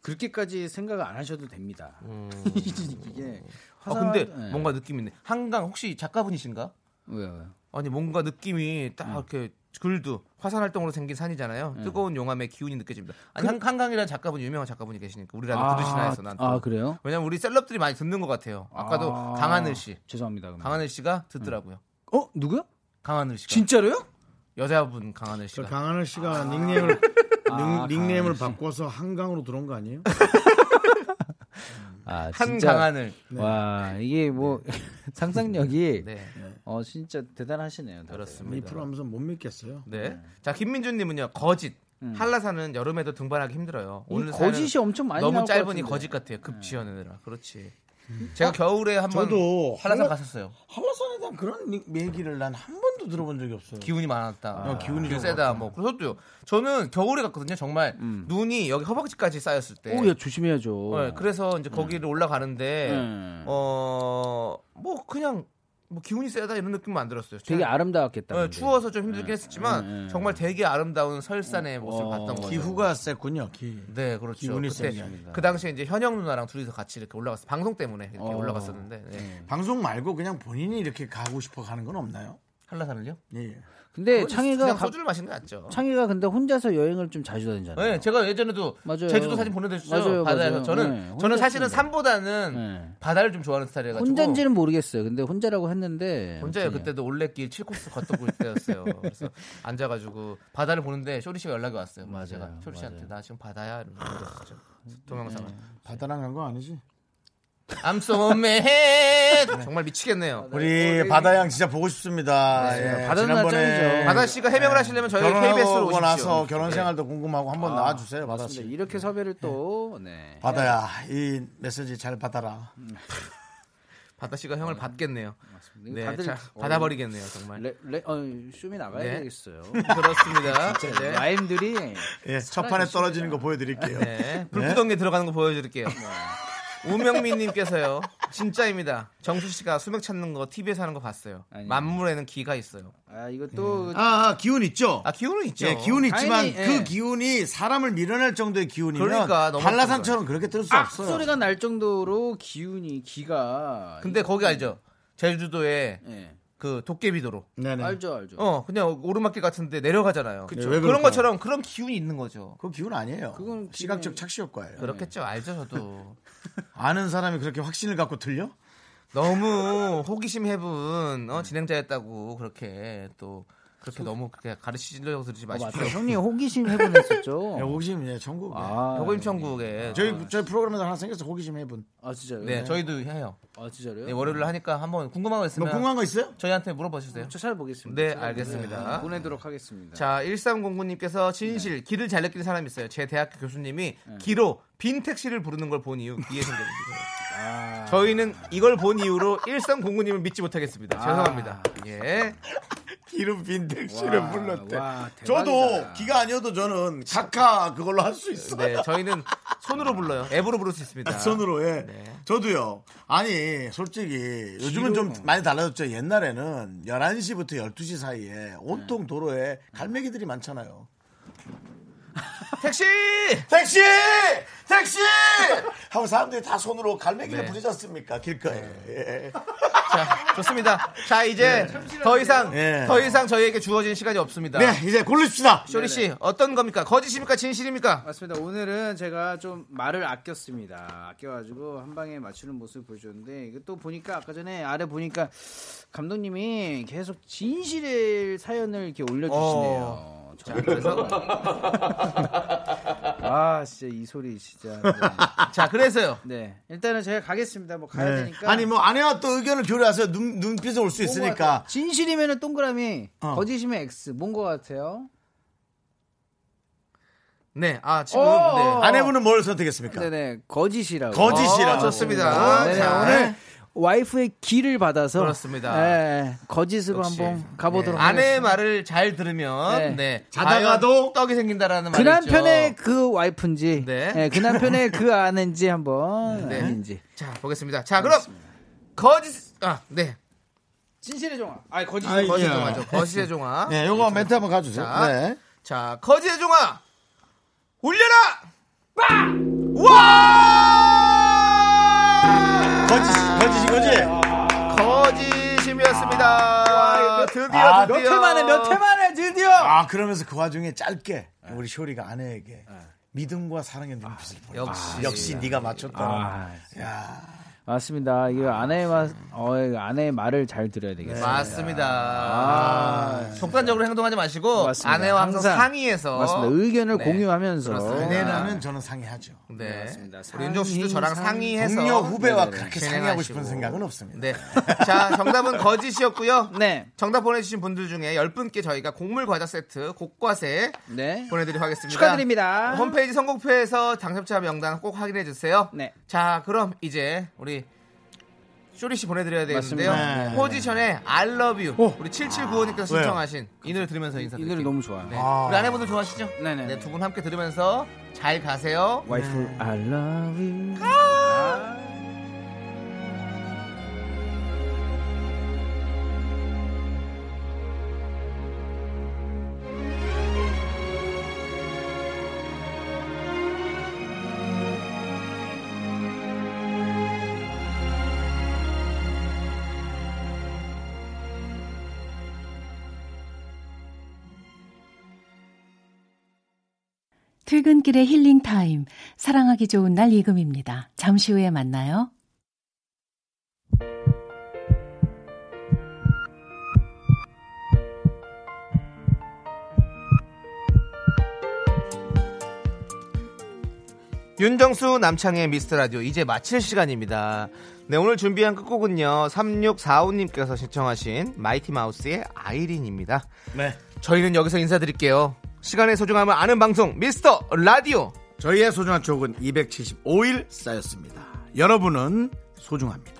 Speaker 7: 그렇게까지 생각 안 하셔도 됩니다. 이게
Speaker 2: 음. 아,
Speaker 7: 화산
Speaker 2: 근데
Speaker 7: 네.
Speaker 2: 뭔가 느낌이 있네. 한강 혹시 작가분이신가?
Speaker 7: 왜요? 왜요?
Speaker 2: 아니, 뭔가 느낌이
Speaker 7: 음.
Speaker 2: 딱 이렇게 글도 화산 활동으로 생긴 산이잖아요. 뜨거운 용암의 기운이 느껴집니다. 아니, 한- 한강이라는 작가분, 유명한 작가분이 계시니까 우리라도 들으시나 해서 난 또.
Speaker 7: 아, 그래요?
Speaker 2: 왜냐면 우리 셀럽들이 많이 듣는 것 같아요. 아까도
Speaker 7: 아,
Speaker 2: 강하늘 씨.
Speaker 7: 죄송합니다. 그러면.
Speaker 2: 강하늘 씨가 듣더라고요.
Speaker 7: 어, 누구요?
Speaker 2: 강하늘 씨가.
Speaker 7: 진짜로요?
Speaker 2: 여자분 강하늘 씨가.
Speaker 1: 그 강하늘 씨가 닉네임을 닉- 닉네임을 바꿔서 한강으로 들어온 거 아니에요?
Speaker 7: 아,
Speaker 2: 한
Speaker 7: 진짜.
Speaker 2: 강하늘.
Speaker 7: 와, 이게 뭐 상상력이
Speaker 2: 네.
Speaker 7: 어, 진짜 대단하시네요. 다들.
Speaker 1: 이
Speaker 2: 그렇습니다.
Speaker 1: 프로 하면서 못 믿겠어요.
Speaker 2: 네. 자 김민준님은요 거짓. 한라산은 여름에도 등반하기 힘들어요.
Speaker 7: 음. 이
Speaker 2: 오늘
Speaker 7: 거짓이
Speaker 2: 사연은
Speaker 7: 엄청 많이 나올
Speaker 2: 너무
Speaker 7: 것
Speaker 2: 짧으니
Speaker 7: 같은데. 음. 어?
Speaker 2: 거짓 같아요. 급 지어내느라. 그렇지. 제가 겨울에 한번
Speaker 1: 저도
Speaker 2: 한라산
Speaker 1: 한라-
Speaker 2: 갔었어요.
Speaker 1: 한라산에 대한 그런 얘기를 난 한 번도 들어본 적이 없어요.
Speaker 2: 기운이 많았다.
Speaker 1: 어, 기운이 좀
Speaker 2: 세다. 뭐 그래서도요. 저는 겨울에 갔거든요. 정말 눈이 여기 허벅지까지 쌓였을 때.
Speaker 7: 음. 오, 예, 음. 야, 조심해야죠. 네. 어,
Speaker 2: 네, 그래서 이제 거기를 올라가는데
Speaker 7: 음.
Speaker 2: 어 뭐 그냥 뭐 기운이 세다 이런 느낌은 안 들었어요.
Speaker 7: 되게
Speaker 2: 참,
Speaker 7: 아름다웠겠다.
Speaker 2: 어,
Speaker 7: 근데.
Speaker 2: 추워서 좀 힘들긴 했지만
Speaker 7: 네, 네.
Speaker 2: 정말 되게 아름다운
Speaker 7: 어,
Speaker 2: 설산의 모습을 봤던 거죠.
Speaker 1: 기후가 셌군요. 네. 기.
Speaker 2: 네, 그렇죠.
Speaker 1: 기운이 센
Speaker 2: 그때
Speaker 1: 게 아니라.
Speaker 2: 그 당시에 이제 현영 누나랑 둘이서 같이 이렇게 올라갔어. 방송 때문에 이렇게
Speaker 7: 어.
Speaker 2: 올라갔었는데. 네.
Speaker 1: 방송 말고 그냥 본인이 이렇게 가고 싶어 가는 건 없나요?
Speaker 2: 한라산을요?
Speaker 1: 예.
Speaker 7: 근데
Speaker 2: 그건
Speaker 7: 네, 창희가
Speaker 2: 그냥
Speaker 7: 가,
Speaker 2: 소주를 마시는 게 낫죠.
Speaker 7: 창희가 근데 혼자서 여행을 좀 자주 다니잖아요.
Speaker 2: 네, 제가 예전에도
Speaker 7: 맞아요.
Speaker 2: 제주도 사진 보내드렸죠.
Speaker 7: 맞아요,
Speaker 2: 바다에서
Speaker 7: 맞아요.
Speaker 2: 저는
Speaker 7: 네, 혼자
Speaker 2: 저는 사실은
Speaker 7: 쓰는
Speaker 2: 산보다는
Speaker 7: 네.
Speaker 2: 바다를 좀 좋아하는 스타일이라서
Speaker 7: 혼자인지는 모르겠어요. 근데 혼자라고 했는데
Speaker 2: 혼자요.
Speaker 7: 아무튼
Speaker 2: 그때도 올레길 7코스 걷던 그 때였어요. 그래서 앉아가지고 바다를 보는데 쇼리 씨가 연락이 왔어요. 맞아요. 제가 쇼리 씨한테 나 지금 바다야 이러면서
Speaker 7: 아,
Speaker 2: 보내드렸죠.
Speaker 7: 네.
Speaker 2: 동영상을.
Speaker 1: 바다랑 간 거 아니지?
Speaker 2: I'm so mad. 정말 미치겠네요.
Speaker 1: 뭐, 예,
Speaker 8: 우리 바다양 진짜 보고 싶습니다. 예,
Speaker 1: 네, 바다는
Speaker 8: 지난번에
Speaker 2: 바다 씨가 해명을 하시려면 저희 KBS로
Speaker 1: 네. 결혼하고
Speaker 2: 오십시오. 네.
Speaker 1: 나서 결혼 생활도 궁금하고 한번 나와주세요. 바다 씨.
Speaker 7: 이렇게 섭외를 또 네.
Speaker 1: 바다야 이 메시지 잘 받아라.
Speaker 2: 네. 바다 씨가 형을 받겠네요.
Speaker 7: 맞습니다.
Speaker 2: 네,
Speaker 7: 다들 어. 그,
Speaker 2: 자, 받아버리겠네요 정말.
Speaker 7: 레, 레, 어, 쇼미 나가야
Speaker 2: 네.
Speaker 7: 되겠어요.
Speaker 2: 그렇습니다. 네.
Speaker 7: 라임들이
Speaker 1: 예, 첫 판에 떨어지는 거 보여드릴게요.
Speaker 2: 네. 불구덩이에 들어가는 거 보여드릴게요.
Speaker 7: 네.
Speaker 2: 우명민님께서요. 진짜입니다. 정수 씨가 수맥 찾는 거 TV에서 하는 거 봤어요.
Speaker 7: 아니요.
Speaker 2: 만물에는 기가 있어요.
Speaker 7: 아 이거
Speaker 2: 음.
Speaker 7: 또
Speaker 8: 아, 아, 기운 있죠.
Speaker 2: 아 기운은 있죠.
Speaker 8: 예, 기운이 있지만
Speaker 7: 다행히,
Speaker 8: 그
Speaker 7: 예.
Speaker 8: 기운이 사람을 밀어낼 정도의 기운이면
Speaker 2: 그러니까 너무
Speaker 8: 한라산처럼 그렇게 뜰 수 없어요.
Speaker 7: 아, 소리가 날 정도로 기운이 기가
Speaker 2: 근데 거기 알죠? 제주도에
Speaker 7: 예.
Speaker 2: 그 도깨비도로.
Speaker 8: 네네.
Speaker 7: 알죠 알죠.
Speaker 2: 어 그냥 오르막길 같은데 내려가잖아요.
Speaker 8: 그쵸. 왜
Speaker 2: 그런
Speaker 8: 그럴까요?
Speaker 2: 것처럼 그런 기운이 있는 거죠.
Speaker 1: 그거 기운 아니에요.
Speaker 7: 그건 기운이-
Speaker 1: 시각적 착시효과예요.
Speaker 2: 그렇겠죠. 알죠 저도.
Speaker 8: 예.
Speaker 1: 아는 사람이 그렇게 확신을 갖고 들려?
Speaker 2: 너무 호기심 해분 어, 진행자였다고 그렇게 또 그렇게 너무 그렇게 가르치려고 들지
Speaker 7: 아, 맞다.
Speaker 2: 마십시오.
Speaker 7: 형님 호기심 해보냈었죠.
Speaker 2: 네.
Speaker 1: 야, 호기심 예, 천국.
Speaker 7: 어. 아,
Speaker 2: 요거 임천국에
Speaker 1: 저희 저희 프로그램에서 하나 생겼어 호기심 해분.
Speaker 8: 뭐
Speaker 7: 아 진짜요?
Speaker 2: 네, 저희도 해요.
Speaker 7: 아 진짜요?
Speaker 2: 네, 월요일로 하니까 한번 궁금한 거
Speaker 1: 너
Speaker 2: 있으면
Speaker 1: 궁금한 거 있어요?
Speaker 2: 저희한테 물어봐 주세요.
Speaker 7: 저 찾아보겠습니다.
Speaker 2: 네,
Speaker 7: 찾아보겠습니다.
Speaker 2: 알겠습니다.
Speaker 7: 보내도록 하겠습니다.
Speaker 2: 자, 1309님께서 진실, 길을 잘 느끼는 사람이 있어요. 제 대학교 교수님이 기로 빈 택시를 부르는 걸 본 이후 귀에 생겼습니다.
Speaker 7: 아.
Speaker 2: 저희는 이걸 본 이후로 1309님을 믿지 못하겠습니다. 죄송합니다. 예.
Speaker 8: 기름 빈 택시를 불렀대.
Speaker 7: 와, 대박이다.
Speaker 8: 저도 기가 아니어도 저는 각하 그걸로 할 수 있어.
Speaker 2: 네, 저희는 손으로 불러요. 앱으로 부를 수 있습니다.
Speaker 8: 손으로 해.
Speaker 2: 네.
Speaker 8: 저도요. 아니, 솔직히 요즘은 좀 많이 달라졌죠. 옛날에는 11시부터 12시 사이에 온통 도로에 갈매기들이 많잖아요.
Speaker 2: 택시!
Speaker 8: 택시! 택시! 하고 사람들이 다 손으로 갈매기를
Speaker 2: 네.
Speaker 8: 부르지 않습니까? 길가에. 예.
Speaker 2: 자, 좋습니다. 자, 이제 더 이상,
Speaker 8: 네.
Speaker 2: 더 이상 저희에게 주어진 시간이 없습니다.
Speaker 8: 네, 이제 고르십시다.
Speaker 2: 쇼리 씨, 어떤 겁니까? 거짓입니까? 진실입니까?
Speaker 7: 맞습니다. 오늘은 제가 좀 말을 아꼈습니다. 아껴가지고 한 방에 맞추는 모습을 보여줬는데 이거 또 보니까 아까 전에 아래 보니까 감독님이 계속 진실의 사연을 이렇게 올려주시네요.
Speaker 8: 어.
Speaker 7: 자, 그래서 아 진짜 이 소리 진짜
Speaker 2: 자, 그래서요.
Speaker 7: 네 일단은 제가 가겠습니다. 뭐 가야 되니까
Speaker 8: 아니, 뭐 아내와 또 의견을 교류하세요. 눈, 눈빛에 올 수
Speaker 7: 뭔가
Speaker 8: 있으니까. 어.
Speaker 7: 진실이면은 동그라미 거짓이면 X 뭔 것 같아요?
Speaker 2: 네, 아, 지금,
Speaker 7: 어,
Speaker 2: 네.
Speaker 7: 어.
Speaker 8: 아내분은 뭘 선택했습니까?
Speaker 7: 네네 거짓이라고
Speaker 8: 그러니까. 거짓이라고.
Speaker 2: 어, 좋습니다.
Speaker 7: 네,
Speaker 2: 자,
Speaker 7: 오늘 와이프의 기를 받아서
Speaker 2: 그렇습니다.
Speaker 7: 네, 거짓으로 한번 가보도록
Speaker 2: 네, 아내의
Speaker 7: 하겠습니다.
Speaker 2: 말을 잘 들으면
Speaker 7: 네.
Speaker 2: 네.
Speaker 8: 자다가도
Speaker 2: 과연 떡이 생긴다라는
Speaker 7: 그
Speaker 2: 말이죠.
Speaker 7: 남편의 그 와이프인지,
Speaker 2: 네.
Speaker 7: 네, 그 남편의 그 아내인지 한번
Speaker 2: 네.
Speaker 7: 아닌지.
Speaker 2: 자 보겠습니다. 자 그럼 거짓 아네
Speaker 7: 진실의 종아. 아, 거짓.
Speaker 2: 거짓의 종아죠. 거짓의 종아.
Speaker 1: 네, 요거 멘트 한번 가주세요.
Speaker 2: 자.
Speaker 1: 네.
Speaker 2: 자 거짓의 종아 울려라. 와
Speaker 8: 거짓, 거짓인 거지?
Speaker 2: 네. 거짓임이었습니다. 드디어
Speaker 8: 아,
Speaker 2: 드디어
Speaker 7: 몇 회만에 몇 회만에 드디어.
Speaker 8: 아, 그러면서 그 와중에 짧게
Speaker 2: 네.
Speaker 8: 우리 쇼리가 아내에게 믿음과 사랑의 눈빛을 보여.
Speaker 2: 아, 역시 아,
Speaker 8: 역시 네가 맞췄다.
Speaker 7: 맞습니다. 이거 아내의 말, 어, 이거 아내의 말을 잘 들어야 되겠어요.
Speaker 2: 네. 맞습니다. 독단적으로 행동하지 마시고
Speaker 7: 아. 맞습니다.
Speaker 2: 아내와 항상,
Speaker 7: 항상.
Speaker 2: 상의해서
Speaker 7: 맞습니다. 의견을
Speaker 2: 네.
Speaker 7: 공유하면서.
Speaker 2: 그렇습니다.
Speaker 8: 아내라면 저는 상의하죠.
Speaker 2: 네.
Speaker 7: 맞습니다.
Speaker 2: 우리 윤정수 씨도
Speaker 7: 상의,
Speaker 2: 저랑
Speaker 7: 상의.
Speaker 2: 상의해서 네,
Speaker 8: 동료 후배와 그렇게
Speaker 2: 진행하시고.
Speaker 8: 상의하고 싶은 생각은 없습니다.
Speaker 2: 네. 자, 정답은 거짓이었고요.
Speaker 7: 네.
Speaker 2: 정답 보내주신 분들 중에 10분께 저희가 곡물 과자 세트, 곡과세
Speaker 7: 네.
Speaker 2: 보내드리도록 하겠습니다.
Speaker 7: 축하드립니다.
Speaker 2: 홈페이지 선곡표에서 당첨자 명단 꼭 확인해주세요.
Speaker 7: 네.
Speaker 2: 자, 그럼 이제 우리 쇼리 씨 보내드려야 되겠는데요.
Speaker 8: 맞습니다. 네.
Speaker 2: 포지션의 I love you. 우리 7795님께서
Speaker 8: 왜요?
Speaker 2: 신청하신 이 노래 들으면서 인사드릴게요.
Speaker 7: 이 노래 너무 좋아요.
Speaker 2: 네. 우리 아내분들 좋아하시죠?
Speaker 7: 네네.
Speaker 2: 네, 두 네. 분 함께 들으면서 잘 가세요.
Speaker 7: 와이프, I love you.
Speaker 3: 퇴근길의 힐링 타임. 사랑하기 좋은 날 이금입니다. 잠시 후에 만나요.
Speaker 2: 윤정수 남창의 미스터 라디오 이제 마칠 시간입니다. 네, 오늘 준비한 끝곡은요. 3645님께서 신청하신 마이티 마우스의 아이린입니다.
Speaker 10: 네.
Speaker 2: 저희는 여기서 인사드릴게요. 시간의 소중함을 아는 방송 미스터 라디오.
Speaker 1: 저희의 소중한 추억은 275일 쌓였습니다. 여러분은 소중합니다.